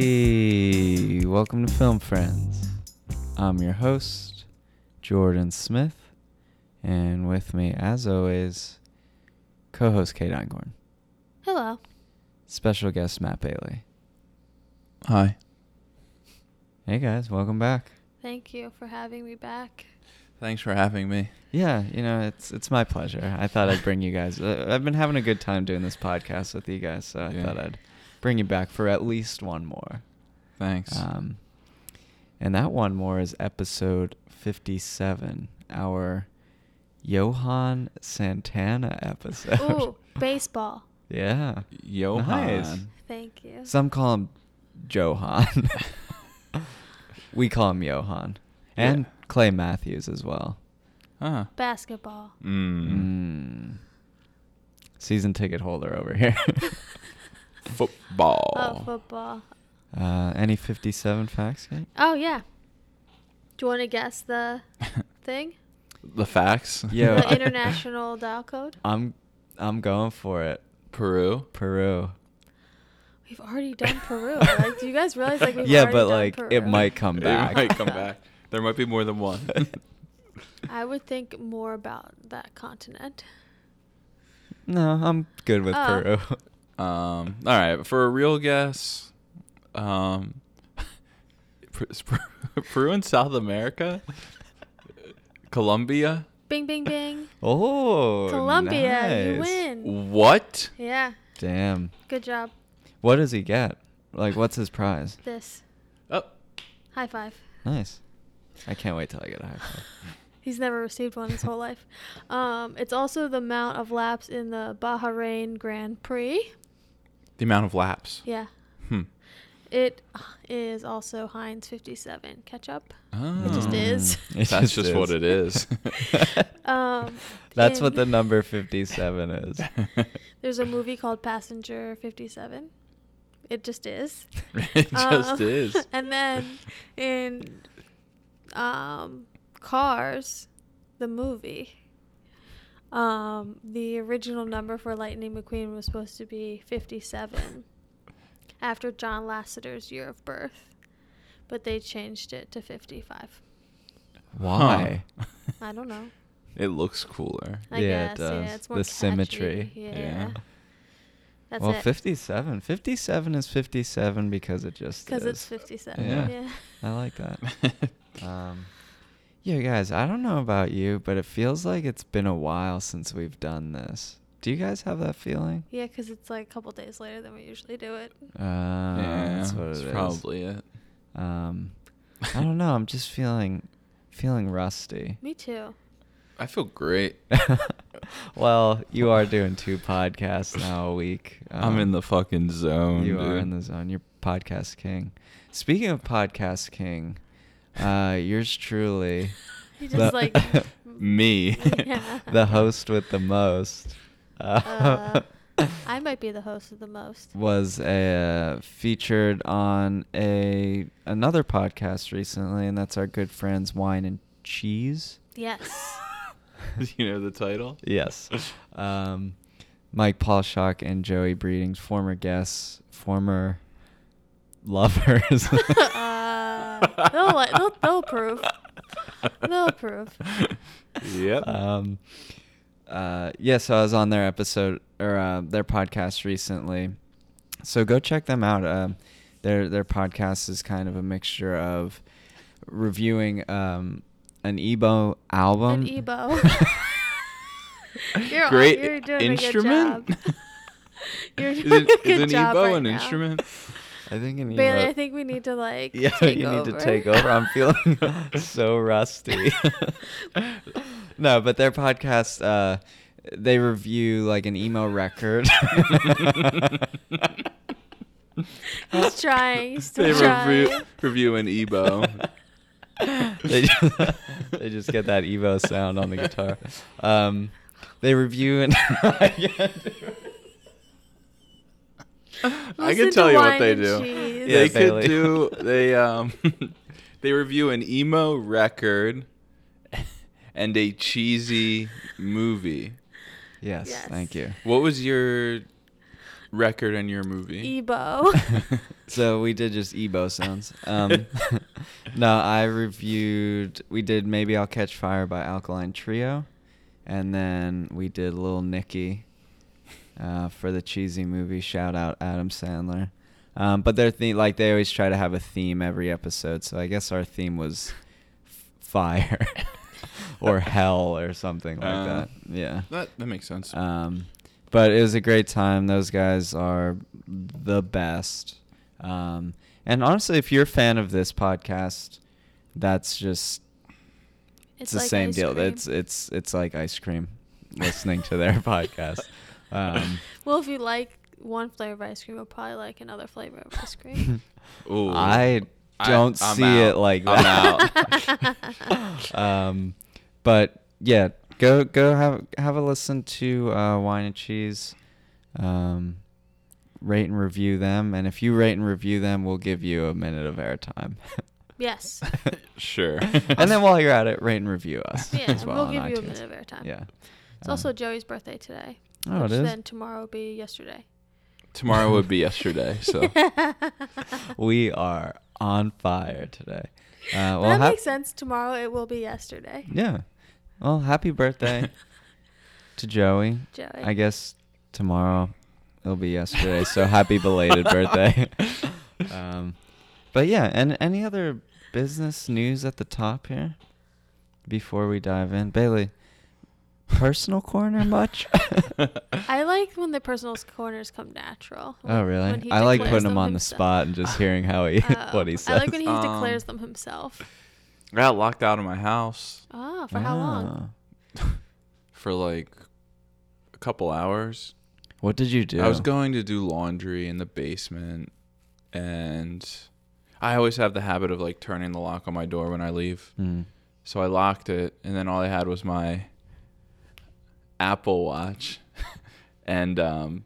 Hey, welcome to Film Friends. I'm your host, Jordan Smith, and with me, as always, co host Kate Einkorn, Hello. special guest Matt Bailey. Hi. Hey guys, welcome back. Thank you for having me back. Thanks for having me. Yeah, you know, it's it's my pleasure. I thought I'd bring you guys. Uh, I've been having a good time doing this podcast with you guys, so I Yeah. thought I'd bring you back for at least one more. Thanks. Um, and that one more is episode 57, our Johan Santana episode. Ooh, baseball. Yeah. Johan. Nice. Thank you. Some call him Johan. we call him Johan. And Yeah. Clay Matthews as well. Huh. Basketball. Mm. Mm. Season ticket holder over here. Football. Oh, football. uh, any 57 facts, Kate? Oh, yeah. Do you want to guess the Mm. thing? the facts. Yo. The international dial code? I'm I'm going for it. Peru. Peru. We've already done Peru. Like, do you guys realize, like, we've yeah, already but done like Peru? it might come It back. might come back. There might be more than one. I would think more about that continent. No, I'm good with Oh. Peru. um. All right. For a real guess, um, Per- is Per- Peru in South America, Colombia. Bing, bing, bing. oh, Colombia, you nice. win. What? Yeah, Damn. good job. What does he get? Like, what's his prize? This. Oh. High five. Nice. I can't wait till I get a high five. He's never received one his whole life. Um, it's also the amount of laps in the Bahrain Grand Prix. The amount of laps. Yeah. Hmm. It is also Heinz 57 ketchup. Oh. It just is. Mm, That's just, what it is. Um, That's in- what the number 57 is. There's a movie called Passenger 57. It just is. it just Um, is. And then in um, Cars, the movie, um, the original number for Lightning McQueen was supposed to be 57 after John Lasseter's year of birth, but they changed it to 55. Why? Huh. I don't know. It looks cooler. I Yeah, it guess. Yeah, does. it's more The catchy. symmetry. Yeah. Yeah. That's well, it. 57. 57 is 57 because it just Because is. it's 57. Yeah. Yeah. I like that. Um, yeah, guys, I don't know about you, but it feels like it's been a while since we've done this. Do you guys have that feeling? Yeah, because it's like a couple days later than we usually do it. Uh, that's what it that's is. probably it. Um, I don't know. I'm just feeling, feeling rusty. Me too. I feel great. well, you are doing two podcasts now a week. I'm in Um, the fucking zone. You are dude. in the zone. You're podcast king. Speaking of podcast king, uh, yours truly, You The- just like Me. Yeah. the host with the most, uh, Uh, I might be the host of the most. was uh, featured on a another podcast recently, and that's our good friends Wine and Cheese. Yes. Do you know the title? Yes. Um, Mike Paulshock and Joey Breedings, former guests, former lovers. Uh, they'll li- they'll- they'll approve. They'll approve. Yep. Um, uh, yeah, so I was on their episode or uh, their podcast recently. So go check them out. Um, their their podcast is kind of a mixture of reviewing um, an Ebo album. An Ebo. You're- Great you're doing a good instrument. job. You're Is doing it- a good is an job ebow right an now. instrument? I think an Bailey, Ebo. I think we need to like. yeah, take you over. need to take over. I'm feeling so rusty. no, but their podcast, uh, they review like an emo record. He's trying. He's They still review, trying. review an Ebo. they, just, they just get that Evo sound on the guitar. Um, they review and I Listen can tell to you Wine what they and do. Cheese. Yeah, they Bailey. could do they um they review an emo record and a cheesy movie. yes, Yes. thank you. What was your record in your movie. Ebo. So we did just Ebo sounds. Um, no, I reviewed. We did maybe I'll catch fire by Alkaline Trio, and then we did Little Nicky uh, for the cheesy movie. Shout out Adam Sandler. Um, but their theme, like they always try to have a theme every episode. So I guess our theme was f- fire or hell or something like Uh, that. Yeah. That that makes sense. Um, but it was a great time. Those guys are the best. Um, and honestly, if you're a fan of this podcast, that's just it's, the like same ice deal. cream. It's it's it's like ice cream. Listening to their podcast. Um, well, if you like one flavor of ice cream, you'll probably like another flavor of ice cream. Ooh. I I- don't I'm see out. it like I'm that. um, but yeah, go go have have a listen to uh, Wine and Cheese. Um, rate and review them, and if you rate and review them, we'll give you a minute of airtime. yes. sure. and then while you're at it, rate and review us Yeah, as well we'll on give you a iTunes. minute of airtime. Yeah. It's also Um, Joey's birthday today. oh, it which is. Then tomorrow will be yesterday. Tomorrow would be yesterday, so We are on fire today. Uh, But well, that hap- makes sense. Tomorrow it will be yesterday. yeah. Well, happy birthday to Joey. Joey. I guess tomorrow it'll be yesterday. So happy belated birthday. um, but yeah, and any other business news at the top here before we dive in, Bailey? Personal corner much? I like when the personal corners come natural. oh When- when really? he I like declares putting him them on the himself. spot and just hearing how he Oh, what he I says. like when he Um, declares them himself. I got locked out of my house Oh, for how long? for like a couple hours. Ah. What did you do? I was going to do laundry in the basement, and I always have the habit of like turning the lock on my door when I leave. Hmm. So I locked it, and then all I had was my Apple Watch, and um,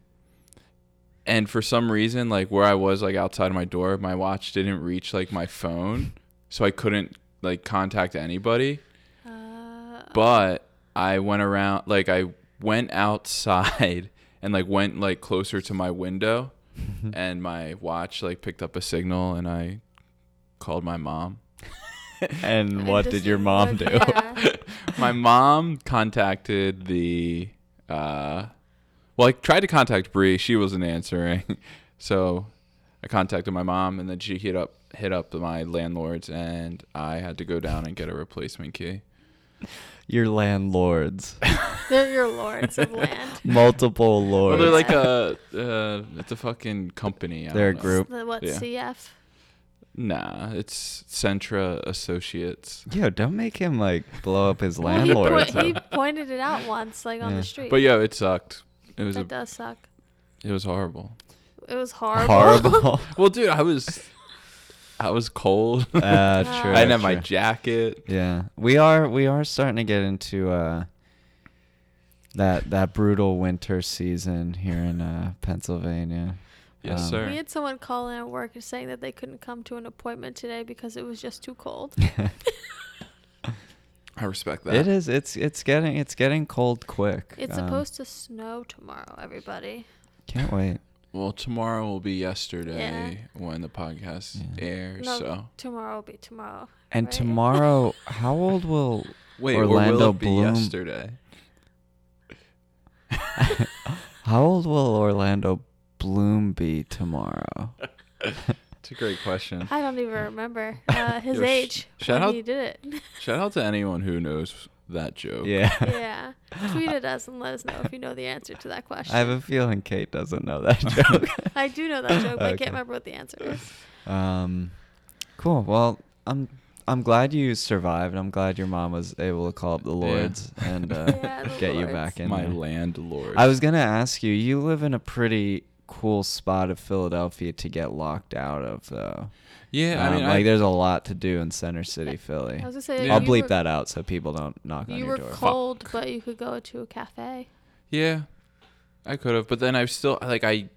and for some reason, like where I was, like outside of my door, my watch didn't reach like my phone, so I couldn't like contact anybody. Uh, But I went around, like I went outside and like went like closer to my window, and my watch like picked up a signal, and I called my mom. And and what just did your like, mom do? yeah. my mom contacted the uh well i tried to contact Bree. she wasn't answering so i contacted my mom and then she hit up hit up my landlords and i had to go down and get a replacement key Your landlords, They're your lords of land. multiple well lords. they're like a uh it's a fucking company I They're a don't know. group. The what? Yeah. CF. nah it's centra associates Yo, don't make him like blow up his Well, he, landlord. po- he pointed it out once, like on Yeah. the street. but yo it sucked it was that a, does suck. it was horrible It was horrible. horrible. well dude i was i was cold uh, Yeah. true. i didn't have my true. jacket Yeah, we are we are starting to get into uh, that that brutal winter season here in uh, Pennsylvania. yes Um, sir We had someone call in at work and saying that they couldn't come to an appointment today because it was just too cold. I respect that. It is. It's it's getting it's getting cold quick. It's Um, supposed to snow tomorrow, everybody. Can't wait. Well, tomorrow will be yesterday when the podcast Yeah. airs. No. So Tomorrow will be tomorrow. And right? tomorrow, how old will? wait, or will Orlando will it it be be Bloom- yesterday? How old will Orlando Bloom be tomorrow? It's a great question. I don't even remember uh, his Yo, sh- age shout when out- he did it. Shout out to anyone who knows that joke. Yeah. yeah. Tweet at us and let us know if you know the answer to that question. I have a feeling Kate doesn't know that joke. I do know that joke, but I Okay. can't remember what the answer is. Um, cool. Well, I'm I'm glad you survived. I'm glad your mom was able to call up the Lords and uh, Yeah, the get you Lords. back in. My there. landlord. I was gonna ask you. You live in a pretty cool spot of Philadelphia to get locked out of, though. yeah, I Um, mean, like I, there's a lot to do in Center City, Philly. I was gonna say Yeah. I'll you bleep were, that out so people don't knock on You your were door. cold, but you could go to a cafe. yeah, I could have, but then I still like I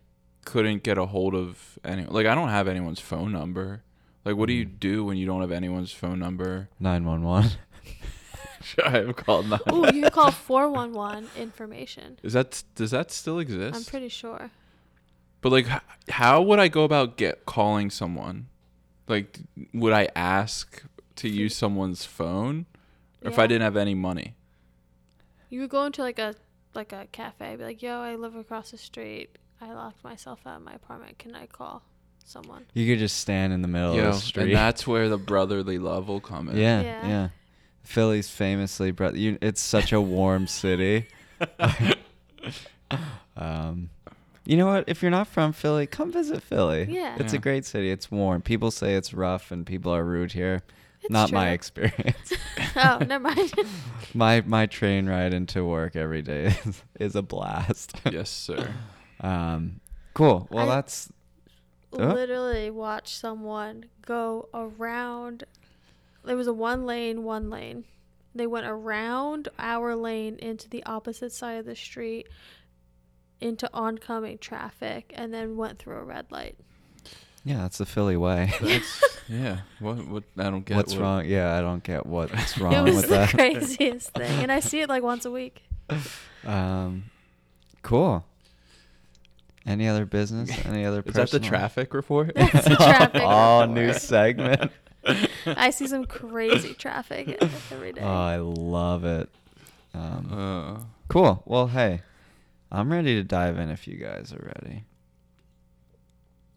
couldn't get a hold of anyone. Like I don't have anyone's phone number. Like what do Hmm. you do when you don't have anyone's phone number? Nine one one. Should I have called nine? Oh, you can call 411 information. Is that does that still exist? I'm pretty sure. But like, h- how would I go about get calling someone? Like, would I ask to use someone's phone, or if I Yeah. didn't have any money? You would go into like a like a cafe, be like, "Yo, I live across the street. I locked myself out of my apartment. Can I call someone?" You could just stand in the middle Yo, of the street. and that's where the brotherly love will come in. yeah, yeah, Yeah. Philly's famously, bro. You, it's such a warm city. um, you know what? If you're not from Philly, come visit Philly. Yeah. it's a Yeah. great city. It's warm. People say it's rough and people are rude here. It's not my true. experience. oh, never mind. my my train ride into work every day is, is a blast. Yes, sir. Um, cool. Well, I- that's Huh? Literally watch someone go around. There was a one lane, one lane. They went around our lane into the opposite side of the street into oncoming traffic and then went through a red light. yeah, that's the Philly way. That's yeah. What? What? I don't get What's what- wrong? Yeah, I don't get what's It wrong was with the that. craziest thing. And I see it like once a week. Um, cool. Any other business? Any other? Is that the personal- traffic report? That's the traffic All report. new segment. I see some crazy traffic every day. Oh, I love it. Um, Uh, cool. Well, hey, I'm ready to dive in if you guys are ready.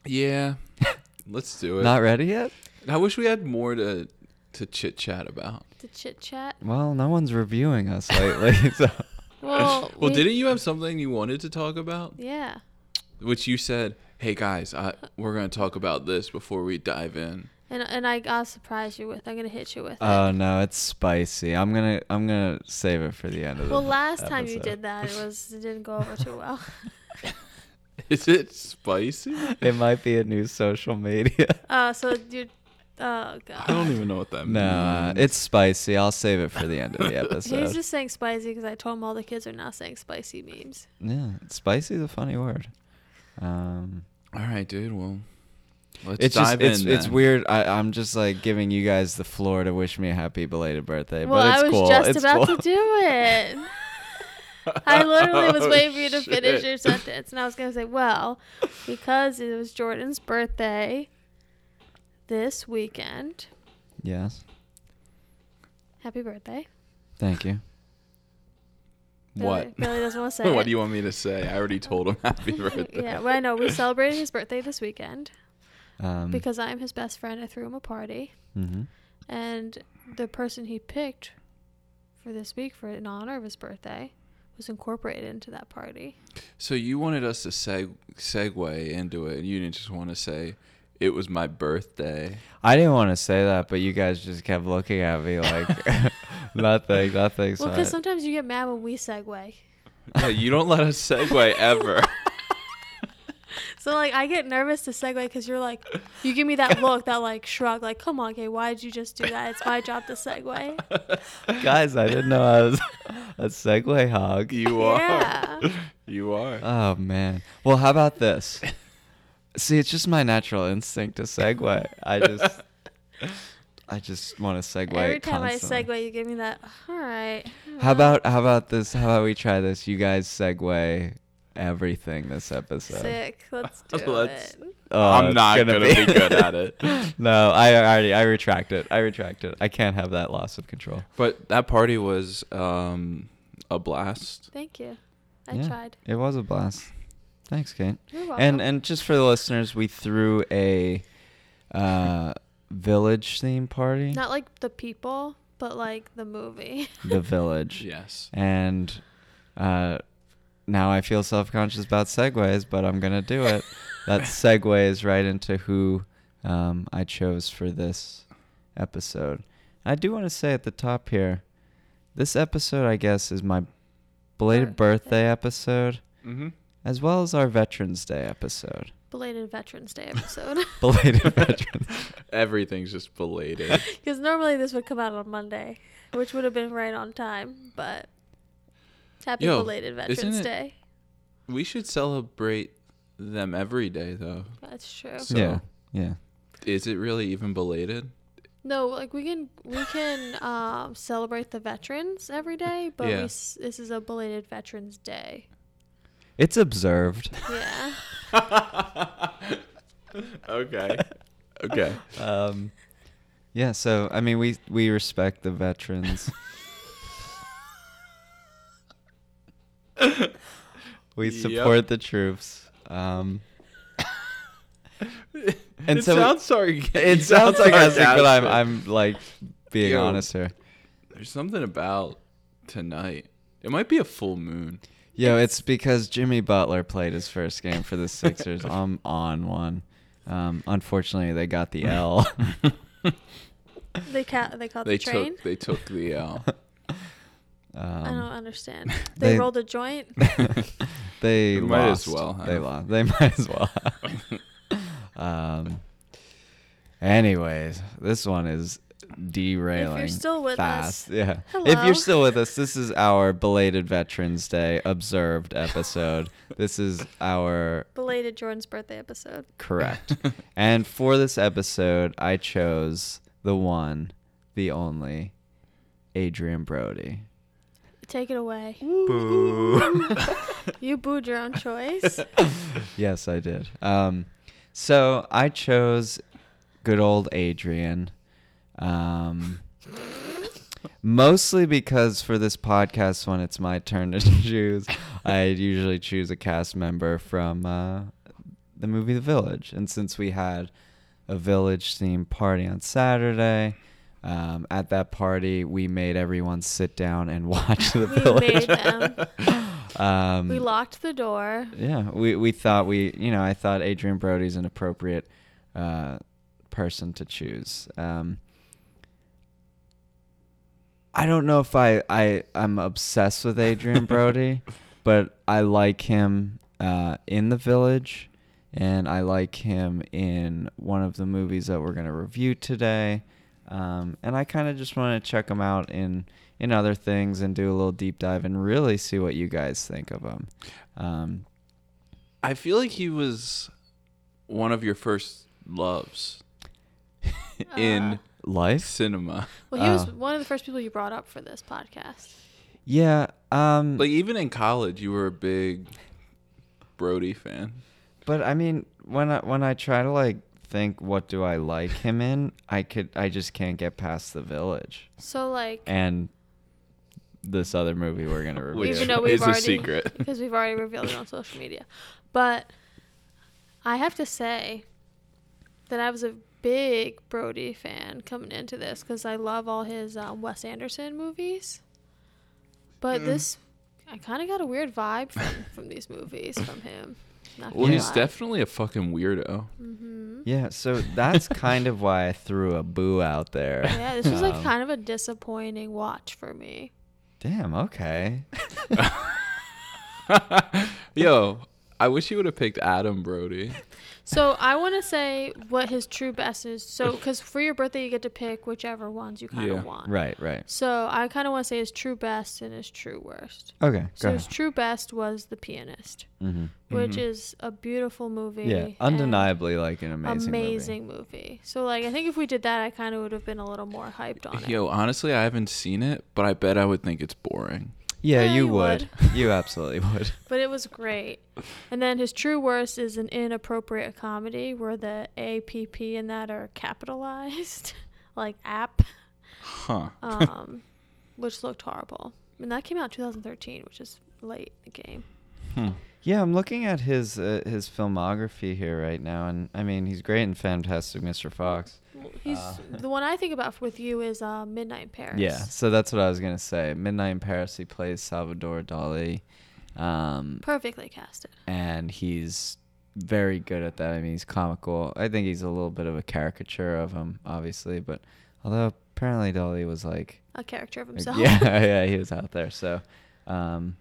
yeah. Let's do it. Not ready yet? I wish we had more to to chit chat about. the chit chat. Well, no one's reviewing us lately. So. Well, Well, we- didn't you have something you wanted to talk about? Yeah. Which you said, "Hey guys, I, we're going to talk about this before we dive in." And, and I, I'll surprise you with, I'm going to hit you with it. Oh no, it's spicy. I'm gonna I'm gonna save it for the end of the. Well, last time you episode. did that, it was it didn't go over too well. Is it spicy? It might be a new social media. Uh, so you, oh god. I don't even know what that means. nah, it's spicy. I'll save it for the end of the episode. He's just saying spicy because I told him all the kids are now saying spicy memes. Yeah, spicy is a funny word. Um, All right, dude. Well, let's it's just dive in. it's, it's then. weird. I, I'm just like giving you guys the floor to wish me a happy belated birthday, well, but it's I was cool. just it's about cool. to do it. I literally was Oh, waiting for you to finish shit. your sentence, and I was gonna say, well, because it was Jordan's birthday this weekend. Yes, Happy birthday! thank you. Billy, What? Billy doesn't want to say. what it. do you want me to say? I already told him happy birthday. Yeah, well, I know we celebrated his birthday this weekend Mm. Um, because I'm his best friend. I threw him a party. mhm. And the person he picked for this week for in honor of his birthday was incorporated into that party. So you wanted us to seg- segue into it, and you didn't just want to say it was my birthday. I didn't want to say that, but you guys just kept looking at me like nothing, nothing. Well, so because I- sometimes you get mad when we segue. Yeah, you don't let us segue ever. So like I get nervous to segue because you're like, you give me that look, that like shrug, like come on, Kay, why did you just do that? It's my job to segue. guys, I didn't know I was a segue hog. You are. Yeah. You are. Oh man. Well, how about this? See, it's just my natural instinct to segue. I just, I just want to segue. Every time constantly. I segue, you give me that. All right. How about how about this? How about we try this? You guys segue everything this episode. sick? Let's do Let's- it. Oh, I'm it's not gonna, be. good at it. no, I already I retract it. I retract it. I can't have that loss of control. But that party was um, a blast. Thank you. I Yeah. tried. It was a blast. Thanks, Kate. You're welcome. And and just for the listeners, we threw a uh, village theme party. Not like the people, but like the movie. The village. Yes. And uh, now I feel self conscious about segues, but I'm gonna do it. that segues right into who um, I chose for this episode. I do want to say at the top here, this episode I guess is my belated Birthday. birthday episode, Mm-hmm. as well as our Veterans Day episode. Belated Veterans Day episode. Belated Veterans. Everything's just belated. Because normally this would come out on Monday, which would have been right on time, but happy Yo, belated Veterans isn't it- Day. we should celebrate them every day, though. That's true. So- Yeah, yeah. Is it really even belated? No, like we can we can um, celebrate the veterans every day, but we Yeah. s this is a belated Veterans Day. It's observed. Yeah. okay. Okay. Um, yeah. So I mean, we we respect the veterans. we Yep. support the troops. Um, And it so- sounds sorry. it sounds like sarcastic, but I'm I'm like being Yo. honest here. There's something about tonight. It might be a full moon. Yo, it's because Jimmy Butler played his first game for the Sixers. I'm on one. Um, unfortunately, they got the L. Um, They ca- they caught They the train. took they took the L. I Um, don't understand. They, they- rolled a joint. they They lost. might as well They have. lost. They might as well. Have. um. Anyways, this one is derailing. still with us, fast. yeah. If hello. you're still with us, this is our belated Veterans Day observed episode. this is our Belated Jordan's birthday episode. Correct. and for this episode, I chose the one, the only, Adrian Brody. Take it away. Boo. You booed your own choice. Yes, I did. Um, so I chose good old Adrian. Um, mostly because for this podcast, when it's my turn to choose, I usually choose a cast member from uh, the movie The Village. And since we had a village themed party on Saturday, um, at that party, we made everyone sit down and watch The We Village. made them. Um, We locked the door. yeah, we we thought we you know I thought Adrian Brody's an appropriate uh, person to choose. Um, I don't know if I I I'm obsessed with Adrian Brody, but I like him uh, in The Village, and I like him in one of the movies that we're gonna review today. Um, and I kind of just want to check him out in in other things and do a little deep dive and really see what you guys think of him. Um, I feel like he was one of your first loves Uh, in life? cinema. Well, he was Oh. one of the first people you brought up for this podcast. Yeah. Um, Like even in college, you were a big Brody fan. but I mean, when I when I try to like think what do I like him in, I could I just can't get past the village So like, and this other movie we're gonna review. Even though we've is already- a secret. because we've already revealed it on social media, but I have to say that I was a big Brody fan coming into this because I love all his um, Wes Anderson movies. But this, I kind of got a weird vibe from, from these movies from him. Not Well, gonna he's lie. definitely a fucking weirdo. yeah. So that's kind of why I threw a boo out there. Yeah, this was like Um, kind of a disappointing watch for me. Damn. Okay. Yo, I wish you would have picked Adam Brody. So I want to say what his true best is. So because for your birthday you get to pick whichever ones you kind of Yeah, want. Right. Right. So I kind of want to say his true best and his true worst. Okay. So Go his ahead. true best was The Pianist, Mhm. which is a beautiful movie. Yeah. and Undeniably, like an amazing. movie. Amazing movie. So like I think if we did that, I kind of would have been a little more hyped on it. Yo, honestly, I haven't seen it, but I bet I would think it's boring. Yeah, Yeah, you you would. you absolutely would. But it was great. And then his true worst is an inappropriate comedy where the APP and that are capitalized, like app, Huh. um, which looked horrible. And that came out in 2013, which is late in the game. Hmm. Yeah, I'm looking at his uh, his filmography here right now, and I mean he's great in Fantastic Mr. Fox. He's the one I think about with you is uh, Midnight in Paris. Yeah, so that's what I was gonna say. Midnight in Paris, he plays Salvador Dali, um, perfectly casted. and he's very good at that. I mean, he's comical. I think he's a little bit of a caricature of him, obviously, but although apparently Dali was like A character of Like, himself. Yeah, yeah, he was out there. So, um,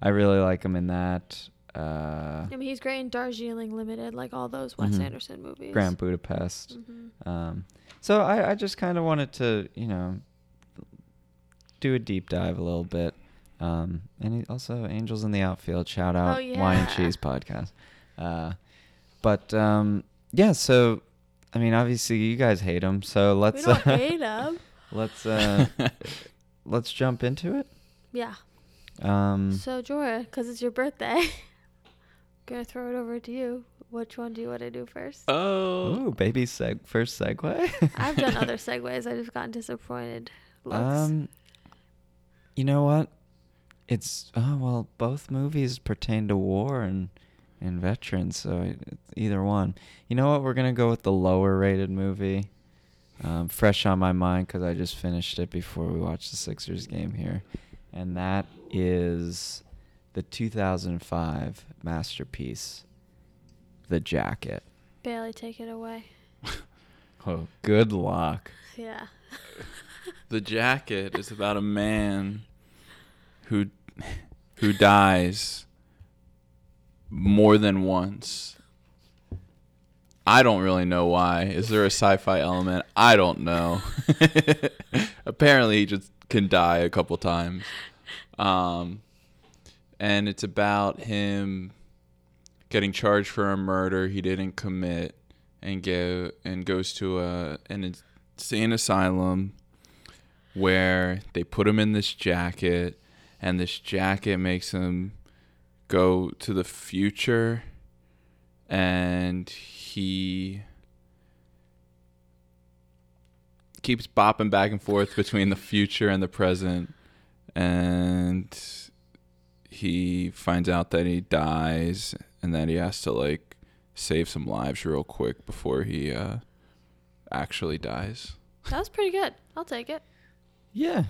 I really like him in that. Uh, I mean, he's great in Darjeeling Limited, like all those Wes Mhm. Anderson movies. Grand Budapest. Mhm. Um, so I, I just kind of wanted to, you know, do a deep dive a little bit. Um, and he- also Angels in the Outfield, shout out Oh, Wine and yeah. Cheese podcast. Uh, but um, yeah, so I mean, obviously you guys hate him, so We let's don't uh, hate him. let's uh, let's jump into it. Yeah. Um, Mm. So, Jorah, because it's your birthday, Gonna throw it over to you. Which one do you want to do first? Oh. Ooh, baby seg first segue. I've done other segues. I just gotten disappointed. Looks. Um, you know what? It's oh well, both movies pertain to war and and veterans, so it- it's either one. You know what? We're gonna go with the lower rated movie, um, fresh on my mind because I just finished it before we watched the Sixers game here, and that is the 2005 masterpiece, The Jacket. Bailey, take it away. Oh, good luck. Yeah. The jacket is about a man who who dies more than once. I don't really know why. Is there a sci-fi element? I don't know. Apparently, he just can die a couple times. Um, and it's about him getting charged for a murder he didn't commit and go and goes to a an insane asylum where they put him in this jacket and this jacket makes him go to the future and he keeps bopping back and forth between the future and the present and he finds out that he dies and that he has to like save some lives real quick before he uh actually dies That was pretty good. I'll take it. Yeah.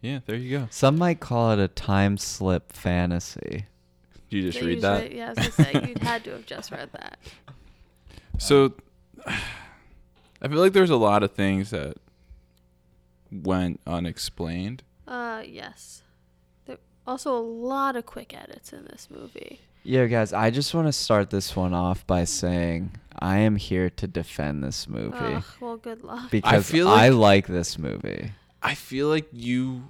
yeah there you go Some might call it a time slip fantasy. you just They read that usually- Yeah, I was gonna say you had to have just read that. So I feel like there's a lot of things that went unexplained. Uh, yes. There also a lot of quick edits in this movie. Yo, guys, I just want to start this one off by saying I am here to defend this movie Ugh, well, good luck. because I, feel like, like- this movie. I feel like you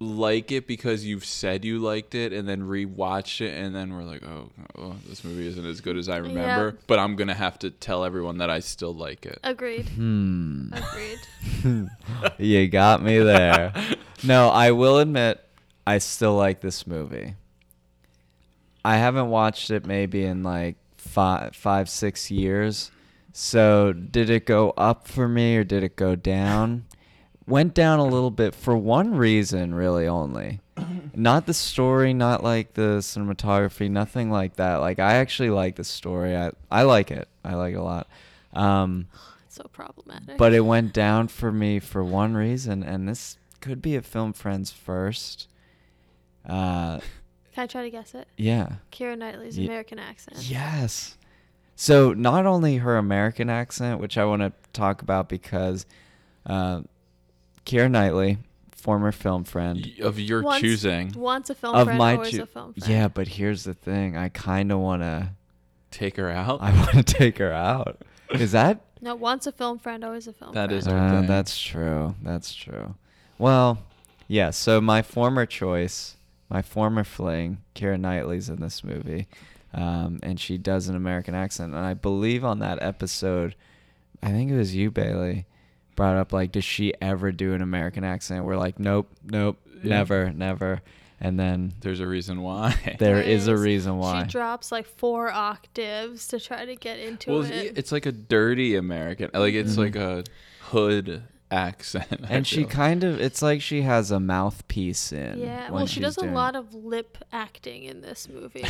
like it because you've said you liked it and then rewatched it and then we're like, oh, oh this movie isn't as good as I remember, Yeah. but I'm going to have to tell everyone that I still like it. Agreed. Hmm. Agreed. you got me there. No, I will admit, I still like this movie. I haven't watched it maybe in like five, five, six years. So did it go up for me or did it go down? Went down a little bit for one reason, really only. Not the story, not like the cinematography, nothing like that. Like I actually like the story. I I like it. I like it a lot. Um, so problematic. but it went down for me for one reason, and this could be a film friend's first. Uh, Can I try to guess it? yeah. Kira Knightley's Ye- American accent. Yes. So not only her American accent, which I want to talk about because uh, Keira Knightley, former film friend, Y- Of your Once- choosing, Once a film of friend, my always choo- a film friend. yeah. But here's the thing: I kind of want to, take her Oh. out. I want to take her out. Is that No, once a film friend, always a film That friend. is our Uh, thing. that's true. That's true. Well, yeah. So my former choice, my former fling, Kira Knightley's in this movie, um, and she does an American accent. And I believe on that episode, I think it was you, Bailey, brought up like, does she ever do an American accent? We're like, nope, nope, Yeah. never, never. And then There's a reason why. there is a Yes. reason why. She drops like four octaves to try to get into well, it. it's like a dirty American. Like it's Mhm. like a hood accent. I and she feel. kind of, it's like she has a mouthpiece in. yeah, when well, she she's does a doing- lot of lip acting in this movie,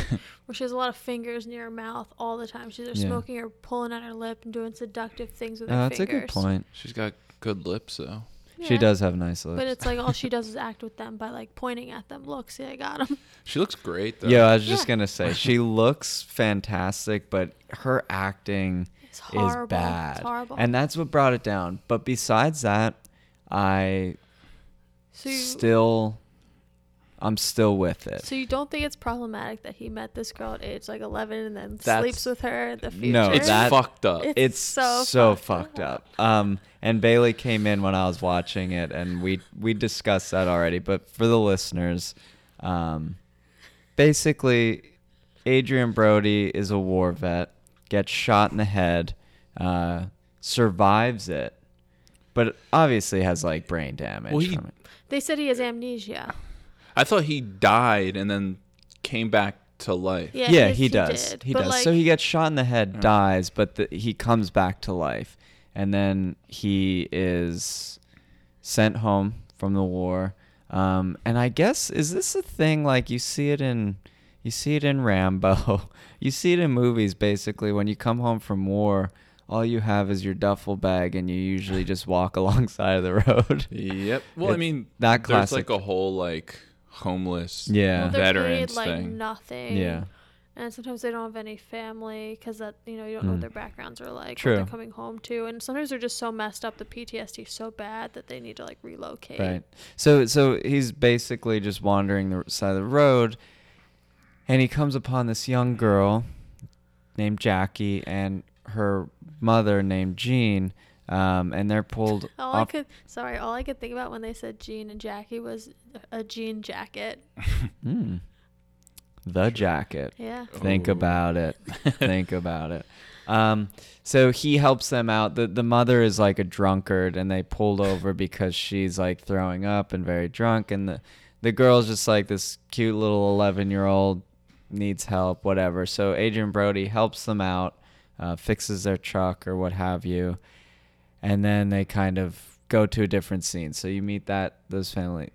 where she has a lot of fingers near her mouth all the time. She's either Yeah. smoking or pulling on her lip and doing seductive things with No, her Oh, that's a fingers. good point. She's got good lips though. She Yeah. does have nice lips. But it's like all she does is act with them by like pointing at them. Look, see, I got them. She looks great though. Yeah, I was just Yeah. gonna say she looks fantastic, but her acting It's horrible. is bad, It's horrible. and that's what brought it down. But besides that, I so you, still, I'm still with it. So you don't think it's problematic that he met this girl at age like 11 and then That's- sleeps with her in the future? No, it's that- fucked up. It's it's so, so fucked, fucked up. Um, and Bailey came in when I was watching it, and we we discussed that already. But for the listeners, um, basically, Adrian Brody is a war vet, gets shot in the head, uh, survives it, but obviously has like brain damage Well, he- from it. They said he has amnesia. I thought he died and then came back to life. Yeah, yeah, yes, he does. did, He but, does. Like, so he gets shot in the head, Yeah. dies, but the, he comes back to life, and then he is sent home from the war. Um, and I guess is this a thing like you see it in you see it in Rambo, you see it in movies basically. When you come home from war, all you have is your duffel bag, and you usually just walk alongside of the road. Yep. Well, I It's mean, that there's classic. like a whole like homeless. Yeah. well, Well, they're veterans paid, like thing. nothing. yeah, and sometimes they don't have any family because that you know you don't know Mm. what their backgrounds are like what True. they're coming home to and sometimes they're just so messed up the ptsd is so bad that they need to like relocate Right. So so he's basically just wandering the side of the road, and he comes upon this young girl named Jackie and her mother named Jean, um, and they're pulled all Oh, i off. could sorry all i could think about when they said jean and jackie was a jean jacket Mm. the jacket. yeah Think Ooh. about it. Think about it. Um, so he helps them out. The the mother is like a drunkard, and they pulled over because she's like throwing up and very drunk, and the the girl's just like this cute little eleven year old needs help, whatever. So Adrian Brody helps them out, uh, fixes their truck or what have you, and then they kind of go to a different scene. So you meet that those family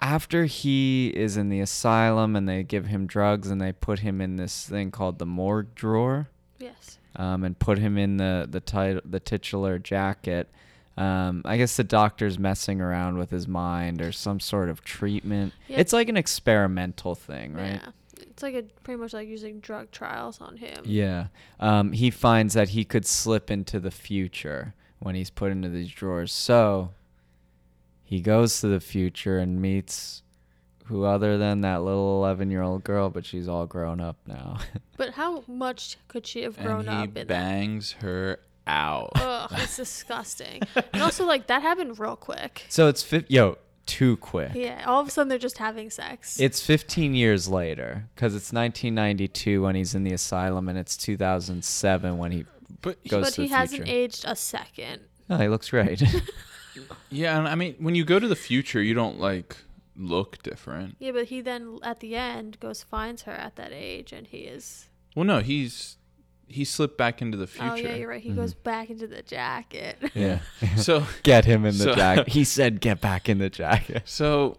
after he is in the asylum and they give him drugs and they put him in this thing called the morgue drawer yes um, and put him in the the title the titular jacket. Um, I guess the doctor's messing around with his mind or some sort of treatment. Yeah. It's like an experimental thing, right? yeah it's like a pretty much like using drug trials on him Yeah. Um, he finds that he could slip into the future when he's put into these drawers. So he goes to the future and meets who other than that little 11 year old girl, but she's all grown up now. but how much could she have grown and he up in that bangs her out. Ugh, it's disgusting. And also, like, that happened real quick. so it's, fif- yo, too quick. Yeah, all of a sudden they're just having sex. It's 15 years later because it's 1992 when he's in the asylum and it's 2007 when he But goes but to he the hasn't future. aged a second. No, he looks great. yeah, and I mean, when you go to the future, you don't like look different. Yeah, but he then at the end goes finds her at that age, and he is. Well, no, he's he slipped back into the future. Oh yeah, you're right. He goes back into the jacket. Mm-hmm. yeah. So Get him in the So- jacket. He said, get back in the jacket. so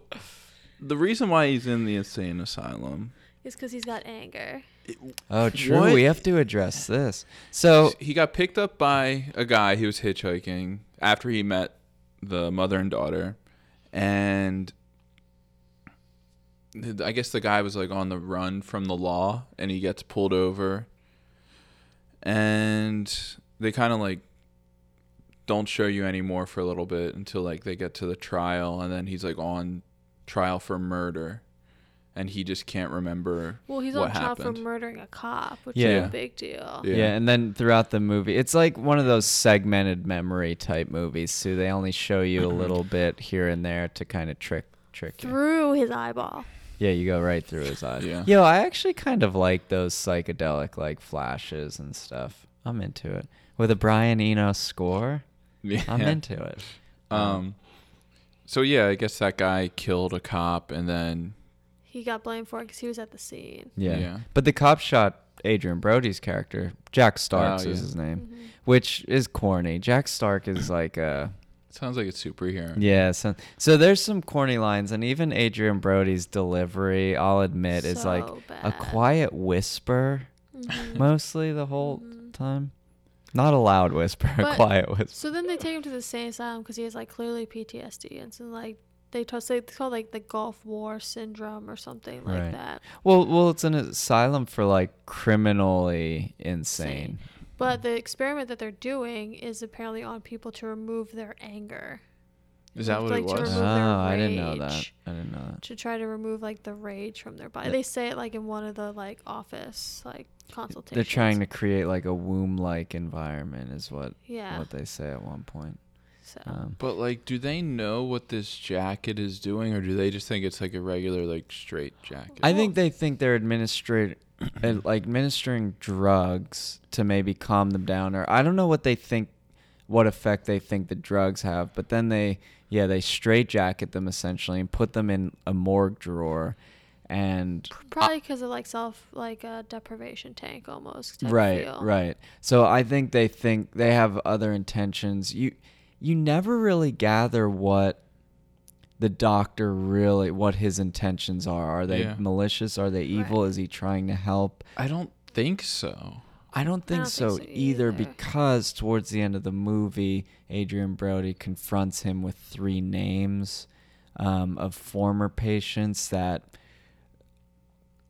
the reason why he's in the insane asylum, it's because he's got anger. Oh, true. What- We have to address this. So, he got picked up by a guy who was hitchhiking after he met the mother and daughter, and th- I guess the guy was like on the run from the law, and he gets pulled over, and they kind of like don't show you anymore for a little bit until like they get to the trial, and then he's like on trial for murder, and he just can't remember. Well, he's What on trial for happened? murdering a cop, which is Yeah. a big deal. yeah. and then throughout the movie, it's like one of those segmented memory type movies, so they only show you Mm-hmm. a little bit here and there to kind of trick trick you. Through his eyeball. Yeah, you go right through his eyes. Yeah. Yo, I actually kind of like those psychedelic like flashes and stuff. I'm into it. With a Brian Eno score, Yeah. I'm into it. Um, so yeah, I guess that guy killed a cop, and then He got blamed for it because he was at the scene. Yeah. Yeah. But the cop shot Adrian Brody's character. Jack Starks Oh, is yeah. his name, Mm-hmm. which is corny. Jack Stark is like a it sounds like a superhero. Yeah, so so there's some corny lines, and even Adrian Brody's delivery, I'll admit, is like So a bad. quiet whisper Mhm. mostly the whole time. Not a loud whisper, a Mm-hmm. But- quiet whisper. so then they take him to the same asylum because he has like clearly PTSD, and so like they toss they it's called like the Gulf War syndrome or something like Right. that. Well, well, it's an asylum for like criminally insane. But the experiment that they're doing is apparently on people to remove their anger. Is that what Like it to was? Oh, remove their I didn't know that. rage. I didn't know that. to try to remove like the rage from their body. Yeah. They say it like in one of the like office like consultations. They're trying to create like a womb-like environment, is what Yeah. Oh. what they say at one point. So Um, But like, do they know what this jacket is doing, or do they just think it's like a regular like straight jacket? I think they think they're administrat- uh, like administering drugs to maybe calm them down, or I don't know what they think, what effect they think the drugs have. But then they, yeah, they straitjacket them essentially and put them in a morgue drawer, and Probably because of like self, like a deprivation tank almost. type of right feel. right so i think they think they have other intentions you you never really gather what the doctor really what his intentions are are they Yeah. malicious are they evil Right. is he trying to help I don't think so. i don't think don't think so so either either. because towards the end of the movie adrian brody confronts him with three names um, of former patients that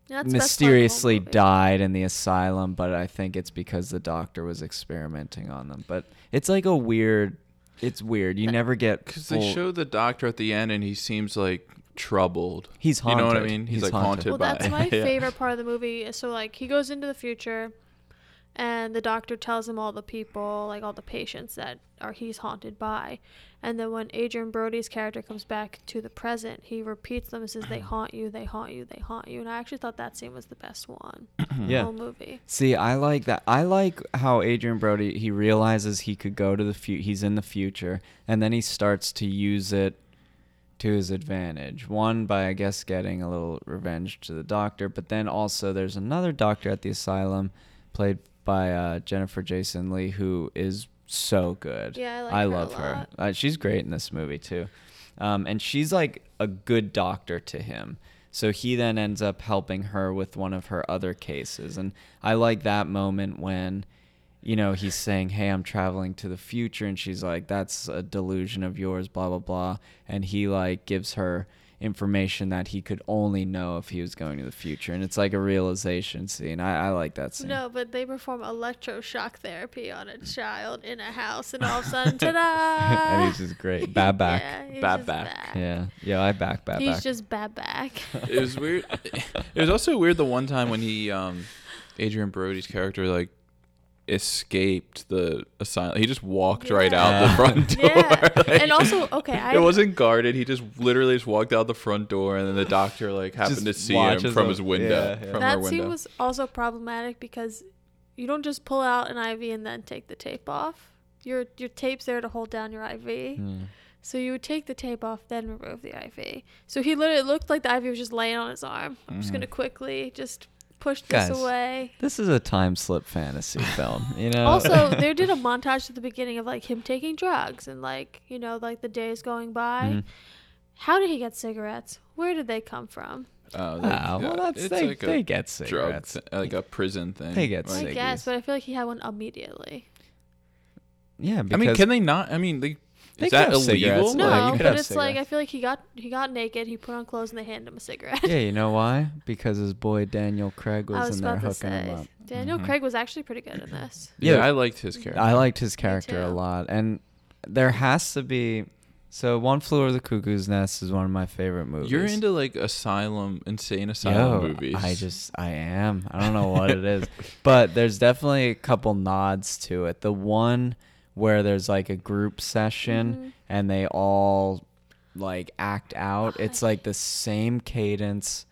That's best part of the whole mysteriously movie. died in the asylum, but I think it's because the doctor was experimenting on them. But it's like a weird. It's weird. You never get Because full- they show the doctor at the end and he seems like troubled. He's You know what I haunted. mean? He's, He's like haunted. haunted, Well, by that's it. my Yeah. favorite part of the movie. is So like he goes into the future, and the doctor tells him all the people, like all the patients that are he's haunted by, and then when Adrian Brody's character comes back to the present, he repeats them and says, "They haunt you, they haunt you, they haunt you." And I actually thought that scene was the best one. in The Yeah. whole movie. See, I like that. I like how Adrian Brody he realizes he could go to the future. He's in the future, and then he starts to use it to his advantage. One by I guess getting a little revenge to the doctor, but then also there's another doctor at the asylum, played by uh, Jennifer Jason Lee, who is so good. Yeah, I like I her a love her. lot. Uh, she's great in this movie too, um, and she's like a good doctor to him. So he then ends up helping her with one of her other cases, and I like that moment when, you know, he's saying, "Hey, I'm traveling to the future," and she's like, "That's a delusion of yours," blah blah blah, and he like gives her information that he could only know if he was going to the future, and it's like a realization scene. I, I like that scene. No, but they perform electroshock therapy on a child in a house, and all of a sudden, ta-da! And he's just great. Bad back. Yeah, he's Bad just back. Yeah, yeah, I back back He's back. just bad back. it was weird. It was also weird the one time when he, um, Adrian Brody's character, like escaped the asylum. He just walked right out the Yeah. front door. Yeah. Like, and also, okay, I it wasn't guarded. He just literally just walked out the front door, and then the doctor like happened to Just see him watches from him. his window. Yeah, yeah. From her that window. scene was also problematic because you don't just pull out an IV and then take the tape off. Your your tape's there to hold down your IV. Hmm. Mm. So you would take the tape off, then remove the IV. So he literally looked like the IV was just laying on his arm. I'm just Hmm. gonna quickly just push this Guys. away. This is a time slip fantasy film, you Uh. know. Also, they did a montage at the beginning of like him taking drugs and like you know like the days going by. Mm-hmm. Mhm. How did he get cigarettes? Where did they come from? Oh, they- Ah, yeah, well, that's it's they, like a they get drug, cigarettes. thi- like a prison thing. They get Like, I guess, Ciggies. but I feel like he had one immediately. Yeah, I because mean, can they not? I mean, they, They is could that have illegal? cigarettes. No, Like, you could but have it's like I cigarettes. feel like he got he got naked, he put on clothes, and they handed him a cigarette. yeah, you know why? Because his boy Daniel Craig I was, was in there about to hooking him say up. Daniel Craig was actually pretty good in this. yeah, Yeah. I liked his character. I liked his character a too. lot, and there has to be. So, One Flew Over the Cuckoo's Nest is one of my favorite movies. You're into like asylum, insane Yo, asylum movies. I just, I am. I don't know what it is, but there's definitely a couple nods to it. The one where there's like a group session and they all like act out. It's like the same cadence,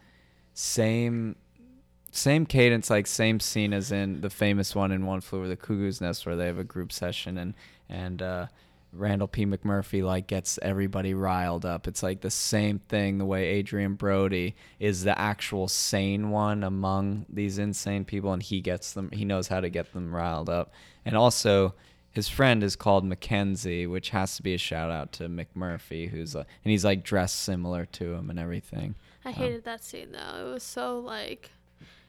same, same cadence, like same scene as in the famous one in One Flew Over the Cuckoo's Nest, where they have a group session and and uh, Randall P. McMurphy like gets everybody riled up. It's like the same thing. The way Adrian Brody is the actual sane one among these insane people, and he gets them. He knows how to get them riled up, and also. His friend is called Mackenzie, which has to be a shout out to McMurphy, who's a, and he's like dressed similar to him and everything. I hated that scene though. It was so like,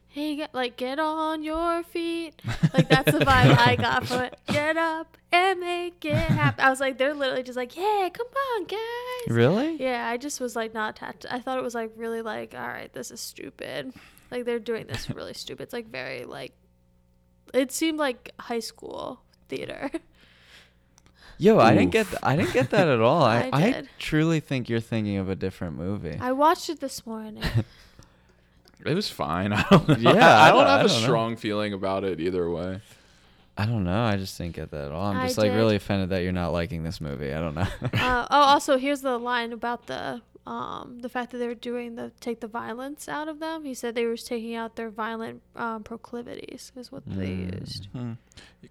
hey, get, like get on your feet. Like that's the vibe I got from it. Get up and make it happen. I was like, they're literally just like, yeah, come on, guys. Really? Yeah, I just was like not attached. I thought it was like really like, all right, this is stupid. Like they're doing this really stupid. It's like very like, it seemed like high school theater. Yo, I didn't get Oof. th- I didn't get that at all. I, I I, did. truly think you're thinking of a different movie. I watched it this morning. it was fine. I don't know. Yeah, I, I don't don't- have I a don't know. strong feeling about it either way. I don't know. I just didn't get that at all. I'm I just like did. really offended that you're not liking this movie. I don't know. uh, oh, also here's the line about the um the fact that they were doing the take the violence out of them. He said they were just taking out their violent um, proclivities is what they Mm. used.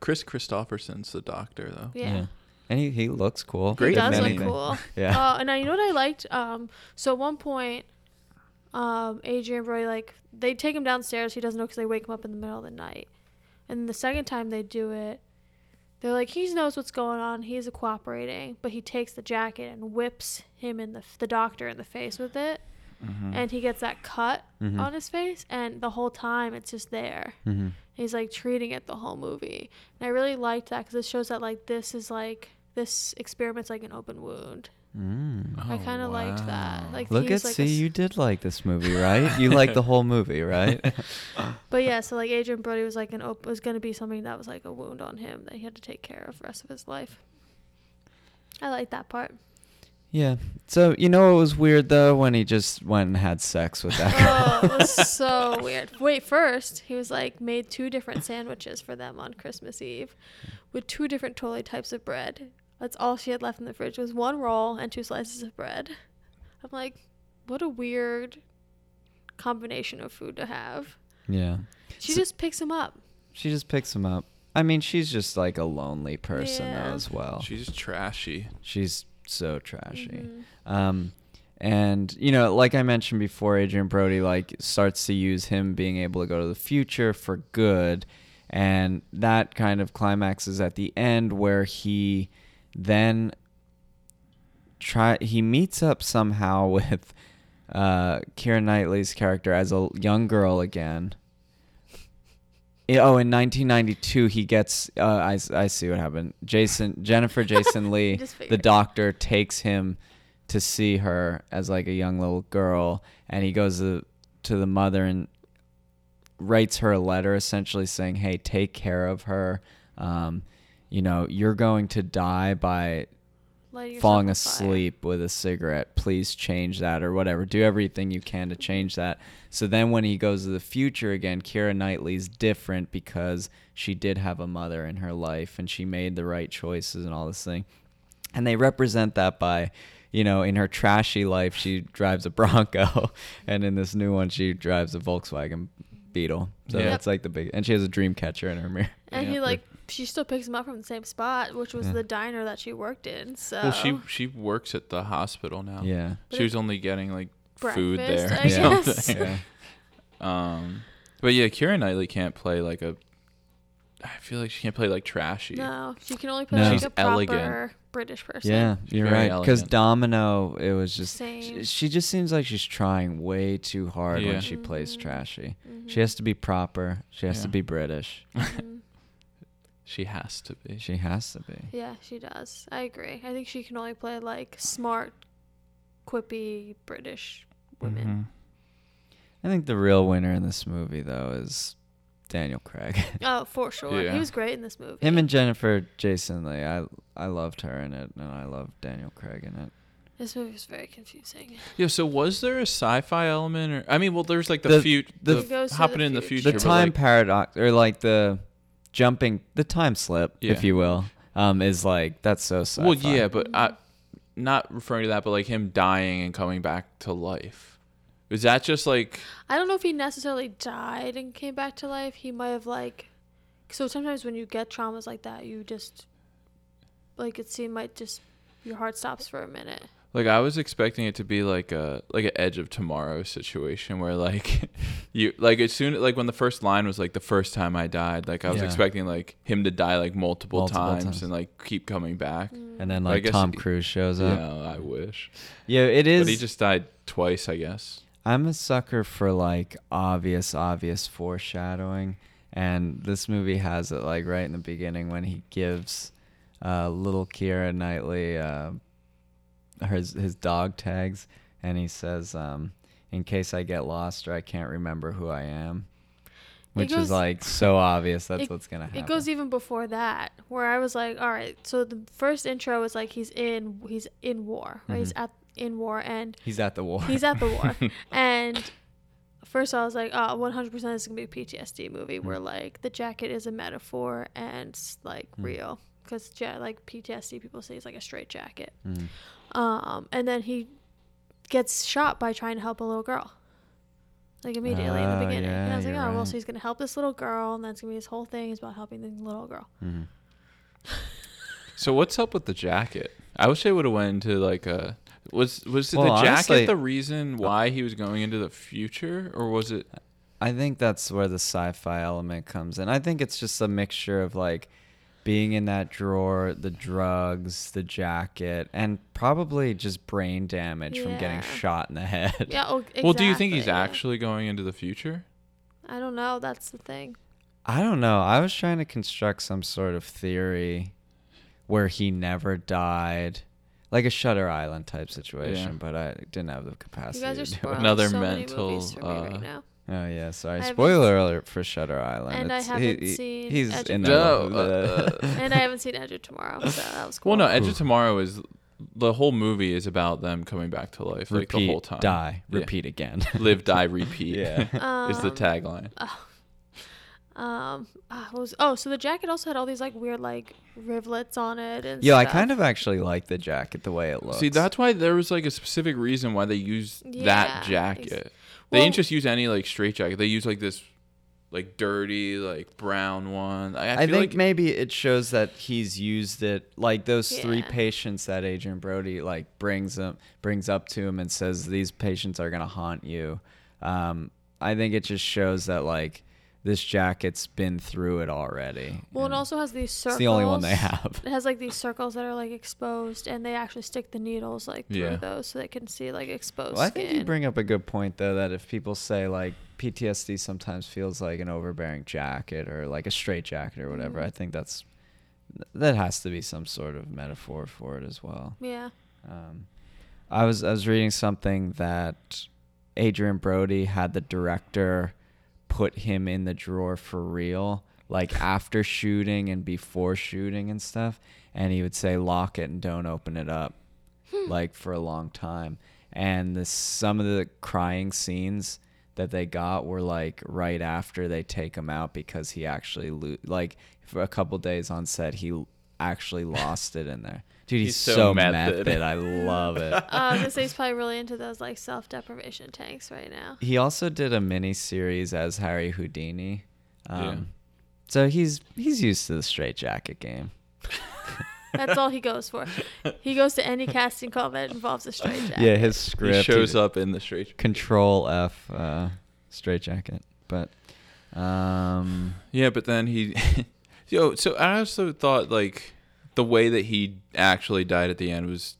Chris Christopherson's the doctor though. Yeah. And he, he looks cool. Great He if does look anything. cool. Uh, Yeah. Oh, and now you know what I liked? Um, so at one point, um, Adrian Brody, like, they take him downstairs. He doesn't know because they wake him up in the middle of the night. And the second time they do it, they're like, he knows what's going on. He's cooperating, but he takes the jacket and whips him in the the doctor in the face with it, Mm-hmm. Mhm. and he gets that cut Mhm. on his face. And the whole time, it's just there. Mm-hmm. He's like treating it the whole movie, and I really liked that because it shows that like this is like this experiment's like an open wound. Mm. I Oh, kind of liked that. wow. Like Look he's at like a see, s- you did like this movie, right? you like the whole movie, right? But yeah, so like Adrian Brody was like an op- was gonna be something that was like a wound on him that he had to take care of the rest of his life. I like that part. yeah. So you know what was weird though when he just went and had sex with that. oh, girl. it was so weird. Wait, first he was like made two different sandwiches for them on Christmas Eve, with two different totally types of bread. That's all she had left in the fridge was one roll and two slices of bread. I'm like, what a weird combination of food to have. yeah. She So- just picks him up. She just picks him up. I mean, she's just like a lonely person Yeah. though as well. Oh. She's trashy. She's so trashy. Mhm. Um, and you know, like I mentioned before, Adrian Brody like starts to use him being able to go to the future for good, and that kind of climaxes at the end where he then try he meets up somehow with uh, Keira Knightley's character as a young girl again. Yeah, Oh, in 1992, he gets. Uh, I, s- I see what happened. Jason, Jennifer Jason Lee, Just the figured. doctor, takes him to see her as like a young little girl, and he goes to, to the mother and writes her a letter essentially saying, Hey, take care of her. Um, you know, you're going to die by Lighting yourself falling on fire. asleep with a cigarette. Please change that or whatever. Do everything you can to change that. So then when he goes to the future again, Kira Knightley's different because she did have a mother in her life and she made the right choices and all this thing. And they represent that by, you know, in her trashy life, she drives a Bronco. And in this new one, she drives a Volkswagen Beetle. So Yeah. that's like the big, and she has a dream catcher in her mirror. And Yeah. he like she still picks him up from the same spot, which was Yeah. the diner that she worked in. So Well, she she works at the hospital now. Yeah. But She was only getting like food Breakfast, there. I or guess. something. Um, but yeah, Kira Knightley can't play like a. I feel like she can't play like trashy. no, she can only play No. like She's a proper elegant. British person. Yeah, She's you're very right. Because elegant. Domino, it was just Same. she, she just seems like she's trying way too hard Yeah. when she plays Mhm. trashy. She has to be proper. She has to Yeah. be British. Mhm. She has to be. She has to be. yeah, she does. I agree. I think she can only play like smart, quippy British Mm-hmm. women. I think the real winner in this movie though is Daniel Craig. Oh, for sure. Yeah. He was great in this movie. Mm-hmm. Him and Jennifer Jason Leigh. I I loved her in it, and I love Daniel Craig in it. this movie was very confusing. Yeah. So was there a sci-fi element, or I mean, well, there's like the, The- fut- the- the It goes to the happening in the future. future. The but, time like, paradox, or like the jumping, the time slip, if Yeah. you will, um, is like that's so sci-fi. well, yeah, but I, not referring to that, but like him dying and coming back to life. Is that just like I don't know if he necessarily died and came back to life. He might have like so sometimes when you get traumas like that, you just like it seemed might just your heart stops for a minute. Like I was expecting it to be like a like an Edge of Tomorrow situation where like you like as soon like when the first line was like the first time I died like I was Yeah. expecting like him to die like multiple, Multiple times, times. and like keep coming back. Mm. And then But I like guess Tom it- Cruise shows Yeah, up. I wish. Yeah, it but he is. just died twice, I guess. I'm a sucker for like obvious, obvious foreshadowing, and this movie has it like right in the beginning when he gives uh, little Kira Knightley uh, his his dog tags, and he says, um, "In case I get lost or I can't remember who I am," which goes- is like so obvious. That's it- what's gonna happen. It goes even before that, where I was like, all right, so the first intro was like he's in he's in war, right? He's at in war and He's at the war. he's at the war. and first I was like, oh, 100% this is going to be a PTSD movie Mm. where like the jacket is a metaphor and s- like real cuz ja- like PTSD people say it's like a straight jacket. Mm. Mhm. Um and then he gets shot by trying to help a little girl. Like immediately in Oh, Ah, the beginning. and yeah, I was like, oh, you're well, right. so he's going to help this little girl and that's going to be his whole thing is about helping the little girl. Mhm. So what's up with the jacket? I wish they would have went into like a Was was it Well, the jacket honestly- uh, the reason why he was going into the future, or was it? I think that's where the sci-fi element comes in. I think it's just a mixture of like being in that drawer, the drugs, the jacket, and probably just brain damage from Yeah. getting shot in the head. Yeah. Oh, exactly. Well, do you think he's yeah. actually going into the future? I don't know. That's the thing. I don't know. I was trying to construct some sort of theory where he never died. Like a Shutter Island type situation, but I didn't have the capacity. You guys to do it. are spoiling Another so mental, many movies for me uh, right now. Oh yeah, sorry. I haven't- Spoiler alert for Shutter Island. And I It's- haven't seen He's Edge of in Tomorrow. the- No, uh, uh, And I haven't seen Edge of Tomorrow, so that was cool. Well, no, Edge of Tomorrow is the whole movie is about them coming back to life, like repeat, the whole time. die, Yeah. repeat again. live, die, repeat. Yeah. is the Um, tagline. Um, ah, what was oh, so the jacket also had all these like weird like rivulets on it and Yeah, I stuff. kind of actually like the jacket the way it looks. See, that's why there was like a specific reason why they used Yeah, that ex- jacket. they well- didn't just use any like straight jacket. They used like this, like dirty, like brown one. I, I I, feel think like maybe it shows that he's used it like those three Yeah. patients that Adrian Brody like brings up brings up to him and says these patients are gonna haunt you. Um, I think it just shows that like this jacket's been through it already. Well, it and also has these circles. it's the only one they have. It has like these circles that are like exposed, and they actually stick the needles like through Yeah. those so they can see like exposed Well, I think you skin. bring up a good point though that if people say like PTSD sometimes feels like an overbearing jacket or like a straight jacket or whatever, I think that's that has to be some sort of metaphor for it as well. yeah. Um, I was I was reading something that Adrian Brody had the director put him in the drawer for real, like after shooting and before shooting and stuff, and he would say lock it and don't open it up, like for a long time. And the, some of the crying scenes that they got were like right after they take him out because he actually lo- like for a couple days on set he l- actually lost it in there. Dude, he's, He's so, so method. method. I love it. Uh, I was gonna say he's probably really into those like self-deprivation tanks right now. He also did a mini series as Harry Houdini. Um, Yeah. So he's he's used to the straight jacket game. That's all he goes for. He goes to any casting call that involves a straitjacket. Yeah, his he script shows up in the straight. Control F uh, straight jacket, but um, Yeah, but then he, yo. So I also thought like the way that he actually died at the end was,